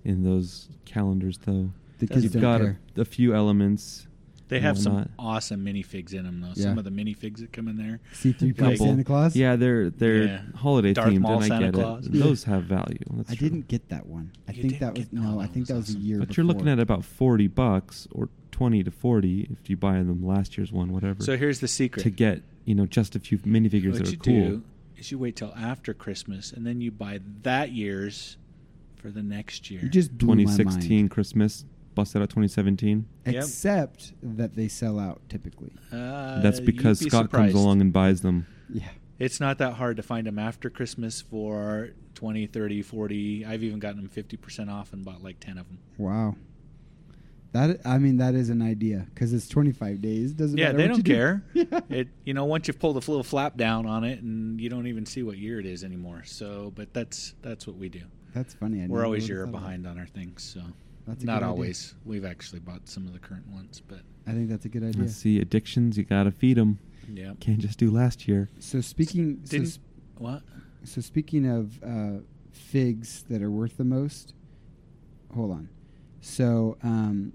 Speaker 4: in those calendars, though.
Speaker 2: Doesn't
Speaker 3: The kids
Speaker 4: You've
Speaker 3: don't
Speaker 4: got a,
Speaker 3: care.
Speaker 4: a few elements.
Speaker 2: They
Speaker 4: and
Speaker 2: have some
Speaker 4: whatnot.
Speaker 2: awesome minifigs in them though.
Speaker 3: Yeah.
Speaker 2: Some of the minifigs that come in there.
Speaker 3: C3PO
Speaker 2: Like-
Speaker 3: Santa Claus?
Speaker 4: Yeah, they're they're
Speaker 2: Yeah.
Speaker 4: holiday
Speaker 2: Darth
Speaker 4: themed,
Speaker 2: Maul
Speaker 4: and I
Speaker 2: Santa
Speaker 4: get
Speaker 2: Claus.
Speaker 4: it. And Those have value. That's
Speaker 3: I
Speaker 4: true.
Speaker 3: didn't get that one. I
Speaker 2: You
Speaker 3: think
Speaker 2: didn't
Speaker 3: that was
Speaker 2: get-
Speaker 3: no,
Speaker 2: oh,
Speaker 3: I
Speaker 2: that
Speaker 3: think
Speaker 2: was
Speaker 3: that was a
Speaker 2: awesome.
Speaker 3: year
Speaker 4: But you're looking
Speaker 3: before.
Speaker 4: at about forty bucks or twenty to forty if you buy them last year's one, whatever.
Speaker 2: So here's the secret.
Speaker 4: to get you know just a few minifigures
Speaker 2: what
Speaker 4: that are
Speaker 2: you
Speaker 4: cool.
Speaker 2: do is you wait till after Christmas and then you buy that year's for the next year.
Speaker 3: You just blew my mind.
Speaker 4: 2016 Christmas, busted out 2017.
Speaker 2: Yep.
Speaker 3: Except that they sell out typically.
Speaker 2: Uh,
Speaker 4: That's because
Speaker 2: you'd be
Speaker 4: Scott
Speaker 2: surprised.
Speaker 4: comes along and buys them.
Speaker 3: Yeah.
Speaker 2: It's not that hard to find them after Christmas for 20, 30, 40. I've even gotten them 50% off and bought like 10 of them.
Speaker 3: Wow. That I mean that is an idea because it's 25 days. Doesn't
Speaker 2: Yeah,
Speaker 3: matter
Speaker 2: they
Speaker 3: what
Speaker 2: don't
Speaker 3: you do.
Speaker 2: care.
Speaker 3: Yeah.
Speaker 2: It you know, once you've pulled the little flap down on it and you don't even see what year it is anymore. So, but that's that's what we do.
Speaker 3: That's funny. I
Speaker 2: We're
Speaker 3: never
Speaker 2: always
Speaker 3: would've
Speaker 2: year
Speaker 3: thought of
Speaker 2: behind on our things, so
Speaker 3: That's a
Speaker 2: not
Speaker 3: good idea.
Speaker 2: always. We've actually bought some of the current ones, but
Speaker 3: that. I think that's a good
Speaker 4: I
Speaker 3: idea.
Speaker 4: see addictions. You gotta feed them.
Speaker 2: yeah.
Speaker 4: Can't just do last year.
Speaker 3: So speaking, so,
Speaker 2: Didn't
Speaker 3: s-
Speaker 2: what?
Speaker 3: so speaking of uh, figs that are worth the most. Hold on. So um,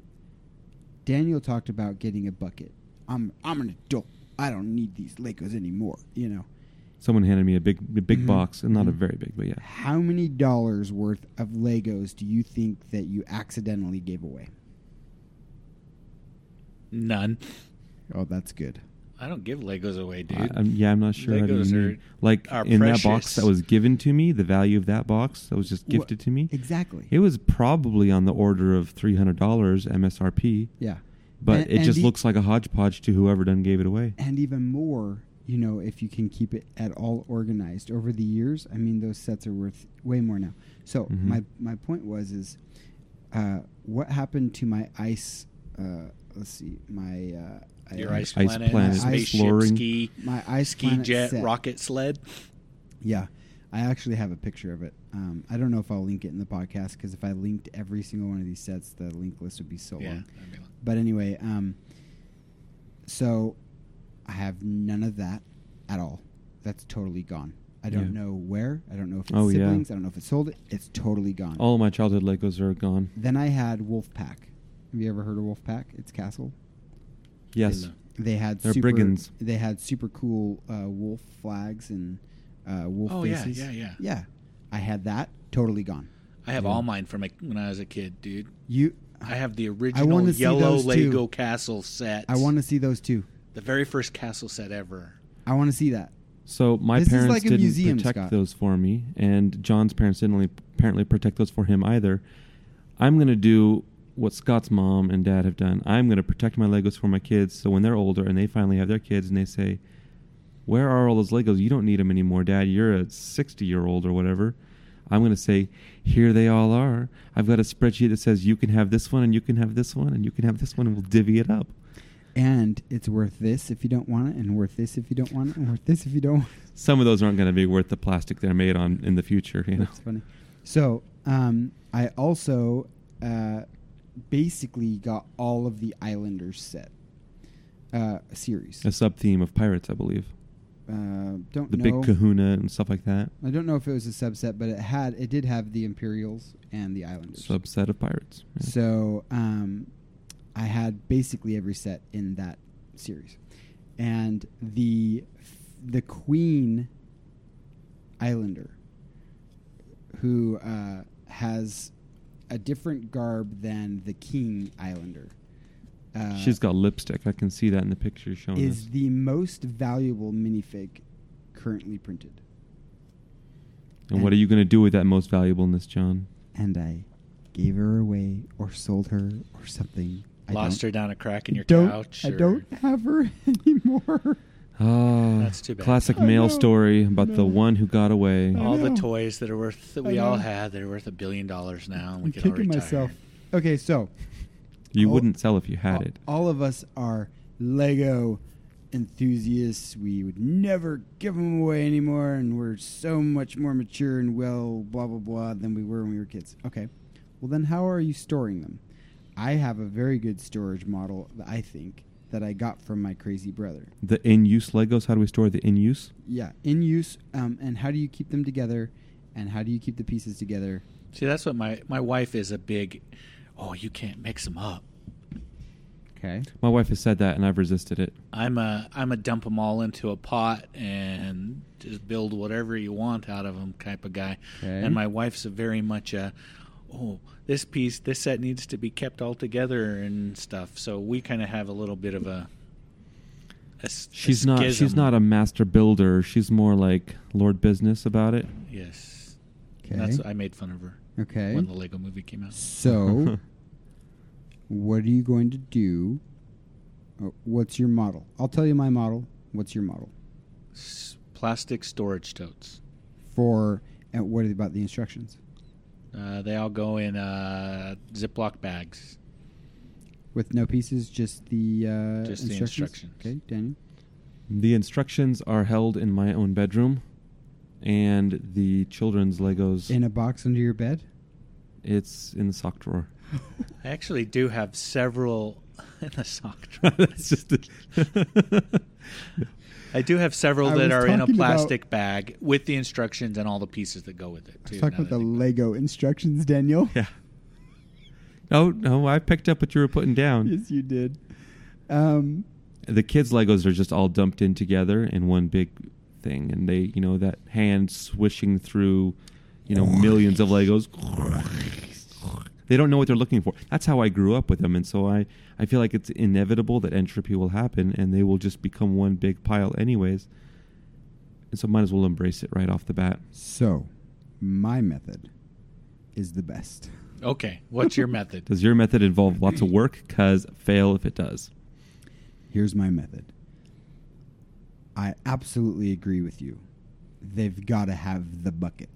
Speaker 3: Daniel talked about getting a bucket. I'm I'm an adult. I don't need these Legos anymore. You know.
Speaker 4: Someone handed me a big, a big
Speaker 3: Mhm.
Speaker 4: box, and not a
Speaker 3: Mhm.
Speaker 4: very big, but yeah.
Speaker 3: How many dollars worth of Legos do you think that you accidentally gave away?
Speaker 2: None.
Speaker 3: Oh, that's good.
Speaker 2: I don't give Legos away, dude.
Speaker 4: I, am yeah, I'm not sure. how do you
Speaker 2: Legos are-
Speaker 4: mean. like
Speaker 2: are
Speaker 4: in that box
Speaker 2: precious.
Speaker 4: that was given to me, the value of that box that was just
Speaker 3: Wha-
Speaker 4: gifted to me,
Speaker 3: Exactly.
Speaker 4: it was probably on the order of three hundred dollars MSRP.
Speaker 3: yeah.
Speaker 4: But
Speaker 3: And-
Speaker 4: it
Speaker 3: and
Speaker 4: just
Speaker 3: the-
Speaker 4: looks like a hodgepodge to whoever done gave it away.
Speaker 3: and even more, you know, if you can keep it at all organized over the years. I mean, those sets are worth way more now. So
Speaker 4: Mhm.
Speaker 2: Mm-hmm.
Speaker 3: my my point was is, uh, what happened to my ice? Uh, let's see, my uh, I-
Speaker 2: Your ice,
Speaker 4: Ice
Speaker 2: planet,
Speaker 4: planet
Speaker 2: spaceship,
Speaker 4: exploring.
Speaker 2: ski,
Speaker 3: my ice
Speaker 2: ski
Speaker 3: planet
Speaker 2: jet,
Speaker 3: set.
Speaker 2: rocket sled.
Speaker 3: Yeah, I actually have a picture of it. Um, I don't know if I'll link it in the podcast because if I linked every single one of these sets, the link list would be so long.
Speaker 2: that'd be long.
Speaker 3: But anyway, um, so I have none of that at all. That's totally gone. I don't
Speaker 4: Yeah.
Speaker 3: know where. I don't know if it's
Speaker 4: Oh, yeah.
Speaker 3: siblings. I don't know if it sold it. It's totally gone.
Speaker 4: All my childhood Legos are gone.
Speaker 3: Then I had Wolfpack. Have you ever heard of Wolfpack? It's Castle.
Speaker 4: Yes.
Speaker 2: Hello.
Speaker 3: They had
Speaker 4: They're
Speaker 3: super,
Speaker 4: brigands.
Speaker 3: They had super cool uh, wolf flags and uh, wolf
Speaker 2: Oh, yeah,
Speaker 3: faces.
Speaker 2: yeah, yeah.
Speaker 3: Yeah, I had that. Totally gone.
Speaker 2: I have
Speaker 4: Yeah.
Speaker 2: all mine from like, when I was a kid, dude.
Speaker 3: You.
Speaker 2: I have the
Speaker 3: wanna
Speaker 2: original
Speaker 3: see
Speaker 2: yellow
Speaker 3: those too.
Speaker 2: Lego castle set.
Speaker 3: I want to see those too.
Speaker 2: the very first castle set ever.
Speaker 3: I want to see that.
Speaker 4: So my
Speaker 3: This is
Speaker 4: parents
Speaker 3: like a
Speaker 4: didn't
Speaker 3: museum,
Speaker 4: protect
Speaker 3: Scott.
Speaker 4: those for me, and John's parents didn't really apparently protect those for him either. I'm gonna do what Scott's mom and dad have done. I'm gonna protect my Legos for my kids, so when they're older and they finally have their kids and they say, "Where are all those Legos? You don't need them anymore, Dad. You're a 60 year old or whatever." I'm gonna say, "Here they all are. I've got a spreadsheet that says you can have this one and you can have this one and you can have this one, and we'll divvy it up."
Speaker 3: And it's worth this if you don't want it, and worth this if you don't want it, and worth this if you don't. want it.
Speaker 4: Some of those aren't gonna be worth the plastic they're made on in the future, you know.
Speaker 3: That's funny. So um, I also uh, basically got all of the Islanders set uh, series.
Speaker 4: a sub theme of pirates, I believe.
Speaker 3: Uh, don't
Speaker 4: The
Speaker 3: know.
Speaker 4: big kahuna and stuff like that.
Speaker 3: I don't know if it was a subset, but it had it did have the Imperials and the Islanders.
Speaker 4: Subset of pirates. Yeah.
Speaker 3: So um, I had basically every set in that series, and the the Queen Islander, who uh, has a different garb than the King Islander. Uh,
Speaker 4: She's got lipstick. I can see that in the picture showing
Speaker 3: is
Speaker 4: us.
Speaker 3: the most valuable minifig currently printed,
Speaker 4: and what are you going to do with that most valuableness, John?
Speaker 3: and I gave her away or sold her or something. I
Speaker 2: Lost
Speaker 3: don't-
Speaker 2: her down a crack in your
Speaker 3: don't,
Speaker 2: couch.
Speaker 3: I
Speaker 2: or-
Speaker 3: don't have her anymore.
Speaker 4: Ah,
Speaker 2: That's too bad.
Speaker 4: Classic
Speaker 3: I know.
Speaker 4: male
Speaker 3: Uh,
Speaker 4: story about
Speaker 3: No.
Speaker 4: the one who got away.
Speaker 3: I
Speaker 2: All the
Speaker 3: know.
Speaker 2: toys that are worth that
Speaker 3: I
Speaker 2: we all
Speaker 3: know.
Speaker 2: had, they're worth a billion dollars now. and Oh, We
Speaker 3: I'm
Speaker 2: could all
Speaker 3: kicking
Speaker 2: retire.
Speaker 3: myself. Okay, so
Speaker 4: You
Speaker 3: all-
Speaker 4: wouldn't sell if you had
Speaker 3: all,
Speaker 4: it.
Speaker 3: all of us are Lego enthusiasts. We would never give them away anymore, and we're so much more mature and well, blah blah blah, than we were when we were kids. Okay, well then, how are you storing them? I have a very good storage model that I think that I got from my crazy brother.
Speaker 4: The in use Legos, how do we store the in use?
Speaker 3: Yeah, in use, um, and how do you keep them together? And how do you keep the pieces together?
Speaker 2: See, that's what my my wife is a big. Oh, you can't mix them up.
Speaker 3: Okay.
Speaker 4: My wife has said that and I've resisted it.
Speaker 2: I'm a I'm a dump them all into a pot and just build whatever you want out of them type of guy.
Speaker 3: Okay.
Speaker 2: And my wife's a very much a oh this piece this set needs to be kept all together and stuff. So we kind of have a little bit of a. a s- a
Speaker 4: She's not she's
Speaker 2: schism.
Speaker 4: not a master builder. She's more like Lord Business about it.
Speaker 2: yes.
Speaker 3: Okay.
Speaker 2: That's I made fun of her
Speaker 3: okay.
Speaker 2: when the Lego movie came out.
Speaker 3: So, what are you going to do? Uh, What's your model? I'll tell you my model. What's your model
Speaker 2: S- plastic storage totes.
Speaker 3: for? And what about the instructions?
Speaker 2: Uh, they all go in uh, Ziploc bags.
Speaker 3: With no pieces, just the uh,
Speaker 2: Just the instructions.
Speaker 3: Okay, Daniel.
Speaker 4: The instructions are held in my own bedroom, and the children's Legos.
Speaker 3: In a box under your bed.
Speaker 4: it's in the sock drawer.
Speaker 2: I actually do have several in the sock drawer.
Speaker 4: That's just. a-
Speaker 2: I do have several
Speaker 3: I
Speaker 2: that
Speaker 3: was
Speaker 2: are in a
Speaker 3: talking about-
Speaker 2: plastic bag with the instructions and all the pieces that go with it.
Speaker 3: I
Speaker 2: Too,
Speaker 3: was
Speaker 2: now
Speaker 3: talking about
Speaker 2: that I
Speaker 3: the
Speaker 2: think-
Speaker 3: Lego instructions, Daniel.
Speaker 4: yeah. No, no, I picked up what you were putting down.
Speaker 3: yes, you did. Um,
Speaker 4: The kids' Legos are just all dumped in together in one big thing, and they, you know, that hand swishing through, you know, millions of Legos. They don't know what they're looking for. That's how I grew up with them, and so I, I feel like it's inevitable that entropy will happen, and they will just become one big pile, anyways. And so, might as well embrace it right off the bat.
Speaker 3: so, my method is the best.
Speaker 2: Okay. What's your method?
Speaker 4: Does your method involve lots of work? Because fail if it does.
Speaker 3: Here's my method. I absolutely agree with you. They've got to have the bucket.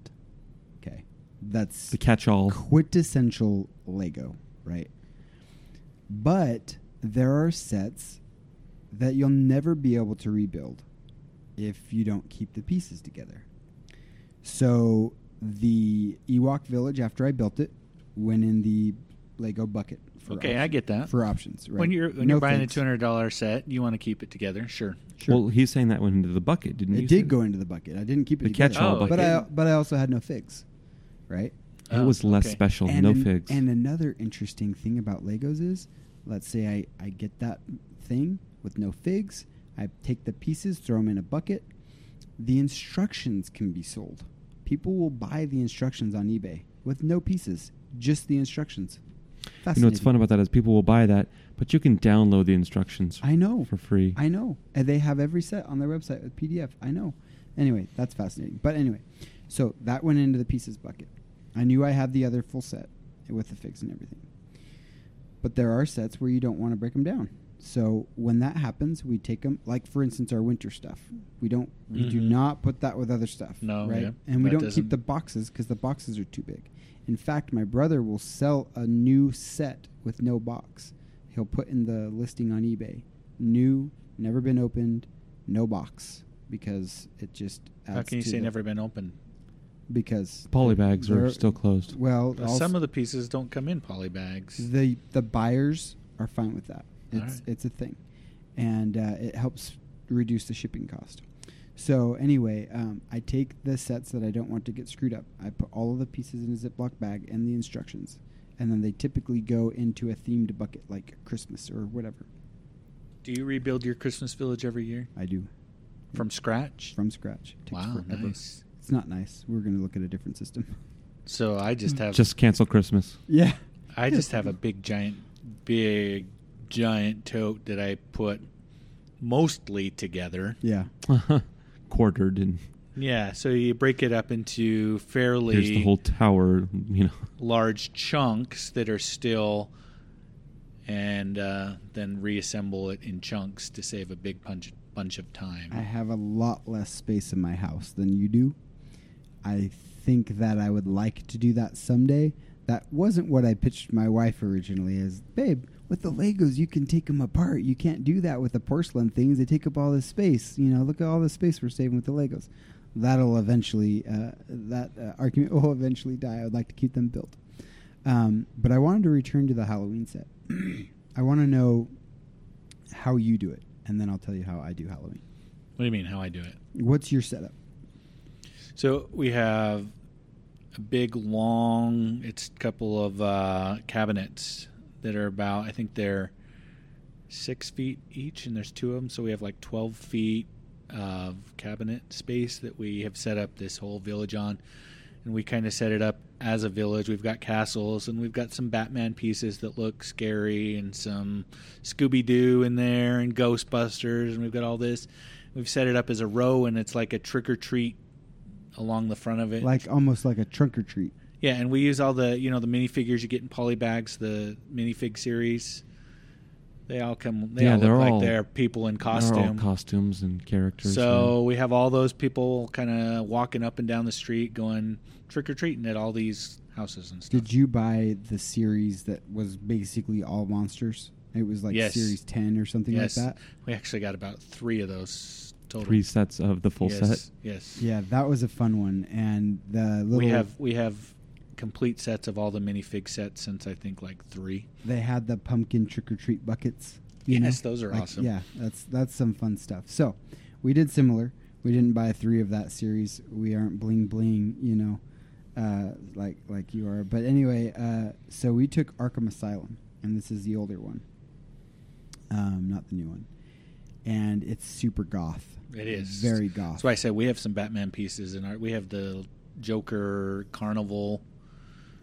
Speaker 3: Okay. That's
Speaker 4: The catch all.
Speaker 3: quintessential Lego, right? But there are sets that you'll never be able to rebuild if you don't keep the pieces together. So the Ewok village, after I built it, went in the Lego bucket. For
Speaker 2: Okay,
Speaker 3: options,
Speaker 2: I get that.
Speaker 3: for options. Right?
Speaker 2: When you're when
Speaker 3: No
Speaker 2: you're buying
Speaker 3: thanks.
Speaker 2: a two hundred dollar set, you want to keep it together. Sure.
Speaker 3: Sure.
Speaker 4: Well, he's saying that went into the bucket, didn't he?
Speaker 3: it did go into the bucket. I didn't keep it
Speaker 4: The
Speaker 3: together.
Speaker 4: catch-all
Speaker 2: Oh,
Speaker 3: but I
Speaker 2: bucket.
Speaker 3: but I also had no figs, right?
Speaker 4: It was less
Speaker 2: Oh, okay.
Speaker 4: special. no
Speaker 3: an-
Speaker 4: figs.
Speaker 3: And another interesting thing about Legos is, let's say I, I get that thing with no figs. I take the pieces, throw them in a bucket. The instructions can be sold. People will buy the instructions on eBay with no pieces, just the instructions.
Speaker 4: you know what's fun about that is people will buy that, but you can download the instructions
Speaker 3: I know.
Speaker 4: for free.
Speaker 3: I know. And they have every set on their website with PDF. I know. Anyway, that's fascinating. But anyway, so that went into the pieces bucket. I knew I had the other full set with the figs and everything. But there are sets where you don't want to break them down. So when that happens, we take them. Like for instance, our winter stuff. We don't. We do
Speaker 2: Mhm.
Speaker 3: not put that with other stuff.
Speaker 2: No,
Speaker 3: Right.
Speaker 2: yeah.
Speaker 3: And we
Speaker 2: That
Speaker 3: don't keep
Speaker 2: doesn't-
Speaker 3: the boxes because the boxes are too big. In fact, my brother will sell a new set with no box. He'll put in the listing on eBay. New, never been opened, no box because it just adds
Speaker 2: How can you
Speaker 3: to
Speaker 2: say
Speaker 3: the-
Speaker 2: never been open?
Speaker 3: because
Speaker 4: Polybags are
Speaker 3: they're-
Speaker 4: still closed.
Speaker 3: well
Speaker 2: But Some of the pieces don't come in poly bags.
Speaker 3: the the buyers are fine with that.
Speaker 2: All
Speaker 3: It's
Speaker 2: right.
Speaker 3: it's a thing, and uh, it helps reduce the shipping cost. So anyway, um, I take the sets that I don't want to get screwed up. I put all of the pieces in a Ziploc bag and the instructions, and then they typically go into a themed bucket like Christmas or whatever.
Speaker 2: Do you rebuild your Christmas village every year
Speaker 3: I do
Speaker 2: from scratch?
Speaker 3: from scratch. Takes
Speaker 2: Wow,
Speaker 3: forever.
Speaker 2: nice.
Speaker 3: It's not nice. We're going to look at a different system.
Speaker 2: So I
Speaker 3: Mm.
Speaker 2: just have
Speaker 4: Just cancel Christmas.
Speaker 3: yeah.
Speaker 2: I just have a big giant big giant tote that I put mostly together.
Speaker 3: Yeah.
Speaker 4: Quartered and
Speaker 2: Yeah, so you break it up into fairly
Speaker 4: here's the whole tower. You know,
Speaker 2: large chunks that are still and uh, then reassemble it in chunks to save a big bunch, bunch of time.
Speaker 3: I have a lot less space in my house than you do. I think that I would like to do that someday. That wasn't what I pitched my wife originally as, babe, with the Legos, you can take them apart. You can't do that with the porcelain things. They take up all this space. You know, look at all the space we're saving with the Legos. That'll eventually, uh, that uh, argument will eventually die. I would like to keep them built. Um, but I wanted to return to the Halloween set. I want to know how you do it, and then I'll tell you how I do Halloween.
Speaker 2: what do you mean, how I do it?
Speaker 3: What's your setup?
Speaker 2: So we have a big, long. It's a couple of uh, cabinets that are about. I think they're six feet each, and there's two of them. So we have like twelve feet of cabinet space that we have set up this whole village on, and we kind of set it up as a village. We've got castles, and we've got some Batman pieces that look scary, and some Scooby Doo in there, and Ghostbusters, and we've got all this. We've set it up as a row, and it's like a trick or treat along the front of it.
Speaker 3: Like almost like a trunk or treat.
Speaker 2: yeah, and we use all the you know the minifigures you get in polybags, the minifig series. They all come. They
Speaker 4: Yeah,
Speaker 2: all
Speaker 4: they're
Speaker 2: look
Speaker 4: all-
Speaker 2: like they're people in
Speaker 4: They're all
Speaker 2: costume.
Speaker 4: costumes and characters.
Speaker 2: so we have all those people kind of walking up and down the street, going trick or treating at all these houses and stuff.
Speaker 3: Did you buy the series that was basically all monsters? It was like
Speaker 2: Yes.
Speaker 3: series 10 or something
Speaker 2: yes,
Speaker 3: like that.
Speaker 2: we actually got about three of those
Speaker 4: and
Speaker 2: total.
Speaker 4: three sets of the full
Speaker 2: yes,
Speaker 4: set.
Speaker 2: Yes.
Speaker 3: Yeah, that was a fun one. And the little
Speaker 2: We have we have complete sets of all the minifig sets since I think like three.
Speaker 3: they had the pumpkin trick or treat buckets. you
Speaker 2: Yes,
Speaker 3: know?
Speaker 2: those are awesome.
Speaker 3: Yeah, that's that's some fun stuff. So, we did similar. We didn't buy three of that series. We aren't bling bling, you know, uh, like like you are. But anyway, uh, so we took Arkham Asylum, and this is the older one, um, not the new one. And it's super goth.
Speaker 2: It is
Speaker 3: very goth.
Speaker 2: That's why I said we have some Batman pieces in our. We have the Joker Carnival.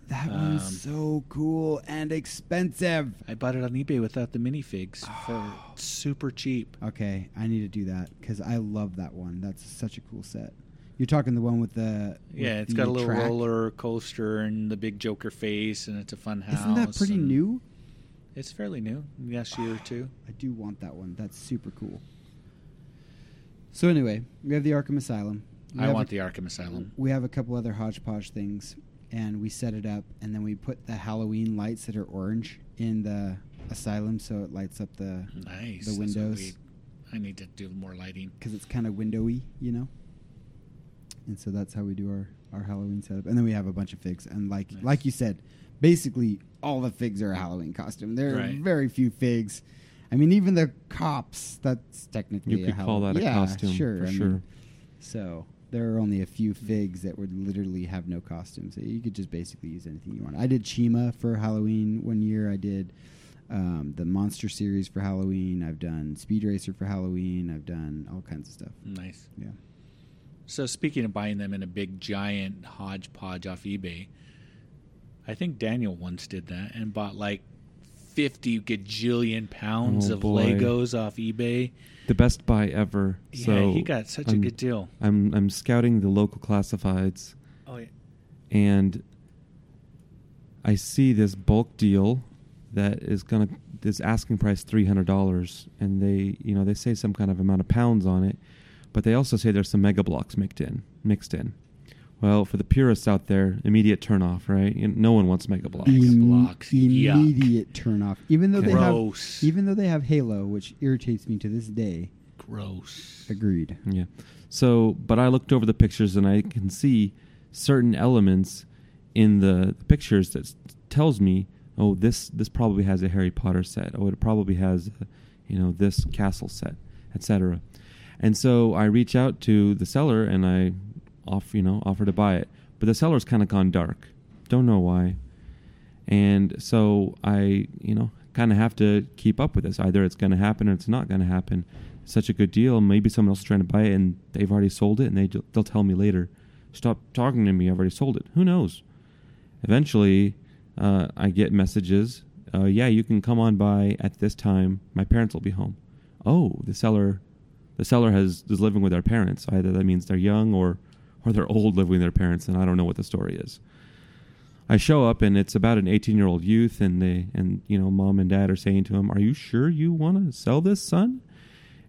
Speaker 3: That
Speaker 2: Um,
Speaker 3: one's so cool and expensive.
Speaker 2: I bought it on eBay without the minifigs for
Speaker 3: Oh.
Speaker 2: super cheap.
Speaker 3: Okay, I need to do that because I love that one. That's such a cool set. You're talking the one with the with
Speaker 2: Yeah, it's
Speaker 3: the
Speaker 2: got a little
Speaker 3: track.
Speaker 2: roller coaster and the big Joker face, and it's a fun house.
Speaker 3: Isn't that pretty
Speaker 2: and-
Speaker 3: new?
Speaker 2: It's fairly new. Last year or two.
Speaker 3: I do want that one. That's super cool. So anyway, we have the Arkham Asylum. We
Speaker 2: I
Speaker 3: have
Speaker 2: want
Speaker 3: a-
Speaker 2: the Arkham Asylum.
Speaker 3: We have a couple other hodgepodge things, and we set it up, and then we put the Halloween lights that are orange in the asylum, so it lights up the
Speaker 2: Nice.
Speaker 3: the
Speaker 2: that's what
Speaker 3: windows.
Speaker 2: we- I need to do more lighting.
Speaker 3: because it's kind of windowy, you know. And so that's how we do our our Halloween setup, and then we have a bunch of figs. And like
Speaker 2: Nice.
Speaker 3: like you said, basically all the figs are a Halloween costume. There are
Speaker 2: Right.
Speaker 3: very few figs. I mean, even the cops. That's technically
Speaker 4: You
Speaker 3: a
Speaker 4: could call
Speaker 3: Hallow-
Speaker 4: that a
Speaker 3: yeah,
Speaker 4: costume
Speaker 3: Sure,
Speaker 4: for
Speaker 3: I mean,
Speaker 4: sure.
Speaker 3: so there are only a few figs that would literally have no costumes. You could just basically use anything you want. I did Chima for Halloween one year. I did um, the Monster series for Halloween. I've done Speed Racer for Halloween. I've done all kinds of stuff.
Speaker 2: Nice.
Speaker 3: Yeah.
Speaker 2: So speaking of buying them in a big giant hodgepodge off eBay, I think Daniel once did that and bought like fifty gajillion pounds
Speaker 4: Oh,
Speaker 2: of
Speaker 4: boy.
Speaker 2: Legos off eBay.
Speaker 4: The best buy ever.
Speaker 2: Yeah,
Speaker 4: so
Speaker 2: he got such a
Speaker 4: I'm-
Speaker 2: good deal.
Speaker 4: I'm I'm scouting the local classifieds
Speaker 2: Oh yeah.
Speaker 4: and I see this bulk deal that is gonna this asking price three hundred dollars, and they you know they say some kind of amount of pounds on it, but they also say there's some mega blocks mixed in mixed in. Well, for the purists out there, immediate turnoff, right? You no one wants mega blocks.
Speaker 2: Ew.
Speaker 3: Im-
Speaker 2: blocks. Yuck.
Speaker 3: Immediate turn off. Even though they
Speaker 2: Gross.
Speaker 3: have, even though they have Halo, which irritates me to this day.
Speaker 2: Gross.
Speaker 3: Agreed.
Speaker 4: Yeah. So, but I looked over the pictures and I can see certain elements in the pictures that s- tells me, oh, this this probably has a Harry Potter set. Oh, it probably has, uh, you know, this castle set, etc. And so I reach out to the seller and I off, you know, offer to buy it. But the seller's kind of gone dark. Don't know why. And so I, you know, kind of have to keep up with this. Either it's going to happen or it's not going to happen. Such a good deal. Maybe someone else is trying to buy it and they've already sold it and they, they'll tell me later, stop talking to me. I've already sold it. Who knows? Eventually, uh, I get messages. Uh, yeah, you can come on by at this time. My parents will be home. Oh, the seller, the seller has is living with their parents. Either that means they're young or, or they're old living with their parents, and I don't know what the story is. I show up and it's about an 18 year old youth, and they and you know mom and dad are saying to him, "Are you sure you want to sell this, son?"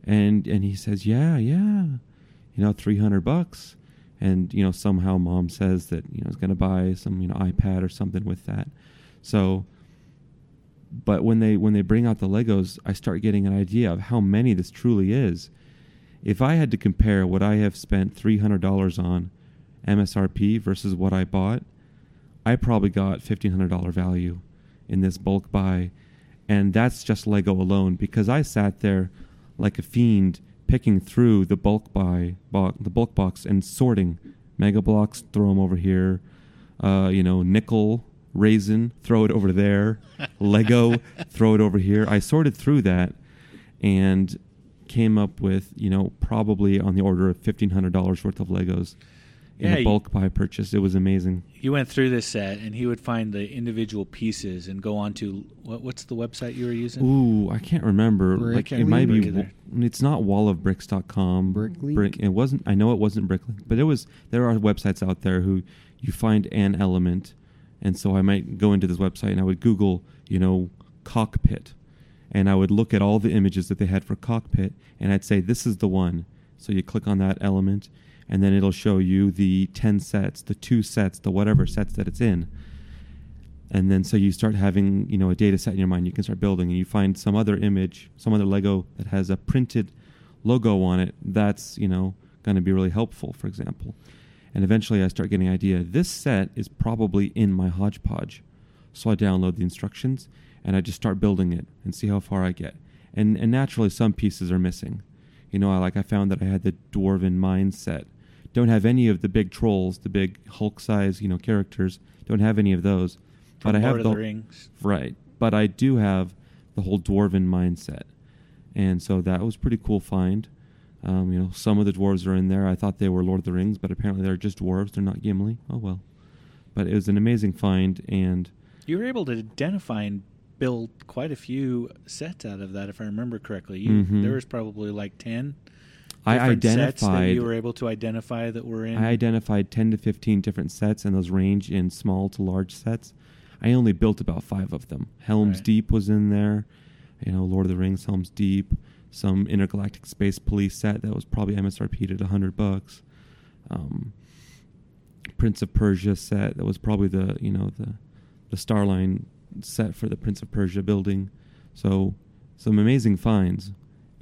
Speaker 4: And and he says, "Yeah, yeah, you know, 300 bucks." And you know somehow mom says that you know is going to buy some you know iPad or something with that. So, but when they when they bring out the Legos, I start getting an idea of how many this truly is. If I had to compare what I have spent $300 on MSRP versus what I bought, I probably got fifteen hundred dollar value in this bulk buy, and that's just Lego alone because I sat there like a fiend picking through the bulk buy bo- the bulk box and sorting mega blocks, throw them over here, uh, you know nickel raisin, throw it over there, Lego, throw it over here. I sorted through that and came up with you know probably on the order of fifteen hundred dollars worth of Legos. In
Speaker 2: Yeah,
Speaker 4: a
Speaker 2: you-
Speaker 4: bulk buy purchase, it was amazing.
Speaker 2: He went through this set and he would find the individual pieces and go on to what, what's the website you were using?
Speaker 4: Ooh, I can't remember.
Speaker 3: Brick
Speaker 4: like it might be.
Speaker 2: Link.
Speaker 4: It's not wallofbricks.com.
Speaker 3: Bricklink?
Speaker 4: Brick. It wasn't. I know it wasn't Bricklink, but it was. There are websites out there who you find an element, and so I might go into this website and I would Google, you know, cockpit, and I would look at all the images that they had for cockpit, and I'd say this is the one. So you click on that element, and then it'll show you the ten sets, the two sets, the whatever sets that it's in and then so you start having you know a data set in your mind you can start building and you find some other image some other lego that has a printed logo on it that's you know going to be really helpful for example and eventually i start getting an idea this set is probably in my hodgepodge so i download the instructions and i just start building it and see how far i get and and naturally some pieces are missing you know, I like I found that I had the dwarven mindset. Don't have any of the big trolls, the big Hulk size, you know, characters. Don't have any of those.
Speaker 2: From
Speaker 4: but I have
Speaker 2: Lord of the Rings.
Speaker 4: Right. But I do have the whole dwarven mindset. And so that was pretty cool find. Um, you know, some of the dwarves are in there. I thought they were Lord of the Rings, but apparently they're just dwarves. They're not Gimli. Oh well. But it was an amazing find and
Speaker 2: You were able to identify and build quite a few sets out of that, if I remember correctly. You,
Speaker 4: Mhm.
Speaker 2: There was probably like 10.
Speaker 4: I
Speaker 2: different sets that
Speaker 4: identified
Speaker 2: you were able to identify that were in.
Speaker 4: I identified 10 to 15 different sets, and those range in small to large sets. I only built about five of them. Helm's
Speaker 2: Right.
Speaker 4: Deep was in there, you know, Lord of the Rings, Helm's Deep, some intergalactic space police set that was probably MSRP'd at 100 bucks. Um, Prince of Persia set that was probably the you know the the Starline set for the Prince of Persia building. So some amazing finds,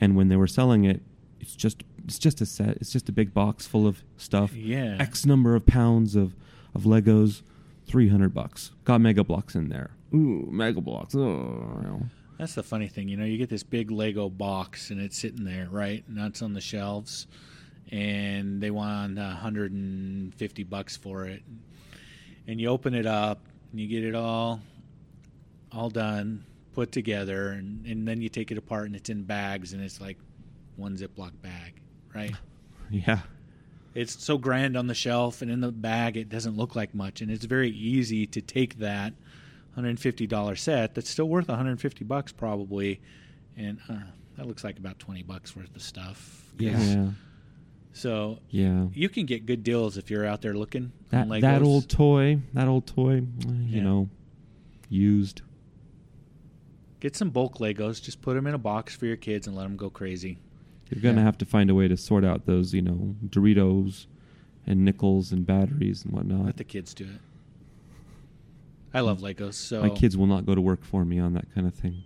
Speaker 4: and when they were selling it, it's just it's just a set. It's just a big box full of stuff.
Speaker 2: Yeah.
Speaker 4: X number of pounds of of Legos, three hundred bucks. Got Mega Blocks in there. Ooh, Mega Blocks. Oh.
Speaker 2: That's the funny thing, you know. You get this big Lego box, and it's sitting there, right? Nuts on the shelves, and they want a hundred and fifty bucks for it. And you open it up, and you get it all, all done, put together, and, and then you take it apart, and it's in bags, and it's like one Ziploc bag, right?
Speaker 4: Yeah.
Speaker 2: it's so grand on the shelf and in the bag it doesn't look like much and it's very easy to take that $150 set that's still worth 150 bucks probably and uh, that looks like about 20 bucks worth of stuff
Speaker 3: Yeah.
Speaker 4: Yeah.
Speaker 2: so
Speaker 4: Yeah.
Speaker 2: you can get good deals if you're out there looking
Speaker 4: That
Speaker 2: on Legos.
Speaker 4: that old toy. That old toy. uh, You
Speaker 2: Yeah.
Speaker 4: know, used.
Speaker 2: get some bulk legos just put them in a box for your kids and let them go crazy
Speaker 4: You're gonna
Speaker 3: Yeah.
Speaker 4: have to find a way to sort out those, you know, Doritos and nickels and batteries and whatnot.
Speaker 2: let the kids do it i love legos so
Speaker 4: My kids will not go to work for me on that kind of thing.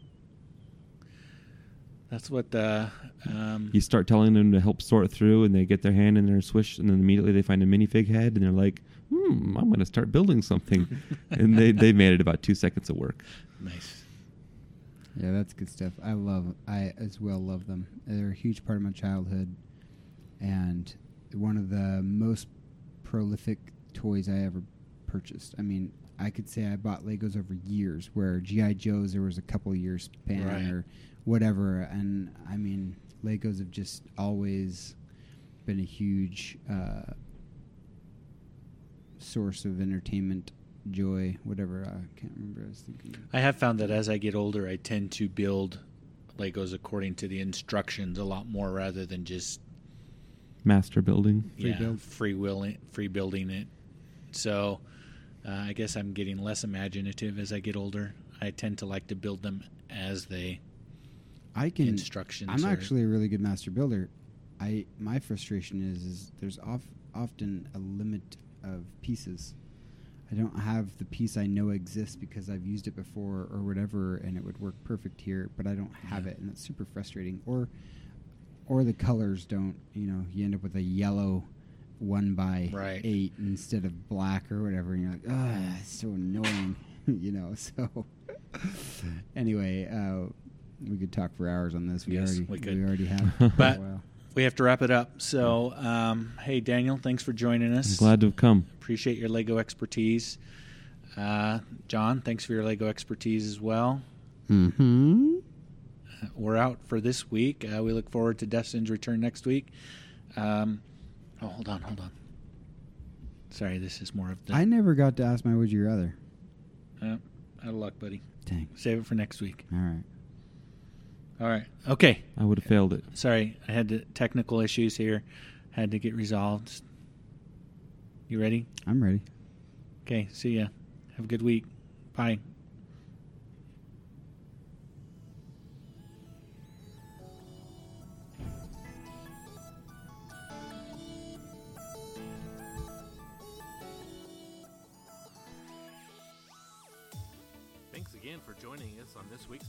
Speaker 2: that's what uh, um,
Speaker 4: You start telling them to help sort through, and they get their hand in there and swish, and then immediately they find a minifig head, and they're like, "Hmm, I'm gonna start building something," and they they made it about two seconds of work.
Speaker 2: nice
Speaker 3: Yeah, that's good stuff. I love. I as well love them. They're a huge part of my childhood, and one of the most prolific toys I ever purchased. I mean, I could say I bought Legos over years. Where GI Joes, there was a couple years span
Speaker 2: Right.
Speaker 3: or whatever, and I mean, Legos have just always been a huge uh, source of entertainment, joy, whatever. I can't remember. what I was thinking.
Speaker 2: I have found that as I get older, I tend to build Legos according to the instructions a lot more rather than just
Speaker 4: Master building.
Speaker 3: Free
Speaker 2: yeah,
Speaker 3: build.
Speaker 2: free willing, free building it. So uh, I guess I'm getting less imaginative as I get older. I tend to like to build them as they
Speaker 3: I can
Speaker 2: instructions.
Speaker 3: Hmm. I'm
Speaker 2: are-
Speaker 3: actually a really good master builder. I my frustration is is there's of, often a limit of pieces. I don't have the piece I know exists because I've used it before or whatever, and it would work perfect here, but I don't have
Speaker 2: Yeah.
Speaker 3: it, and that's super frustrating. Or or the colors don't. You know, you end up with a yellow one by
Speaker 2: Right.
Speaker 3: eight instead of black or whatever, and you're like, ah, it's so annoying. you know, so. Anyway, uh, we could talk for hours on this. We
Speaker 2: Yes,
Speaker 3: already
Speaker 2: we could.
Speaker 3: already have. for a
Speaker 2: But-
Speaker 3: while.
Speaker 2: We have to wrap it up. So um, hey, Daniel, thanks for joining
Speaker 4: I'm
Speaker 2: us.
Speaker 4: glad to have come.
Speaker 2: Appreciate your Lego expertise. Uh, John, thanks for your Lego expertise as well.
Speaker 3: Mm-hmm.
Speaker 2: we're out for this week. Uh, we look forward to Destin's return next week. Um, oh, hold on, hold on. Sorry, this is more of the.
Speaker 3: I never got to ask my would you rather.
Speaker 2: uh, out of luck, buddy.
Speaker 3: Dang.
Speaker 2: Save it for next week.
Speaker 3: All right.
Speaker 2: All right. Okay.
Speaker 4: I would have failed it.
Speaker 2: Sorry, I had to, technical issues here. Had to get resolved. You ready?
Speaker 3: I'm ready.
Speaker 2: Okay. See ya. Have a good week. Bye.
Speaker 1: Thanks again for joining us on this week's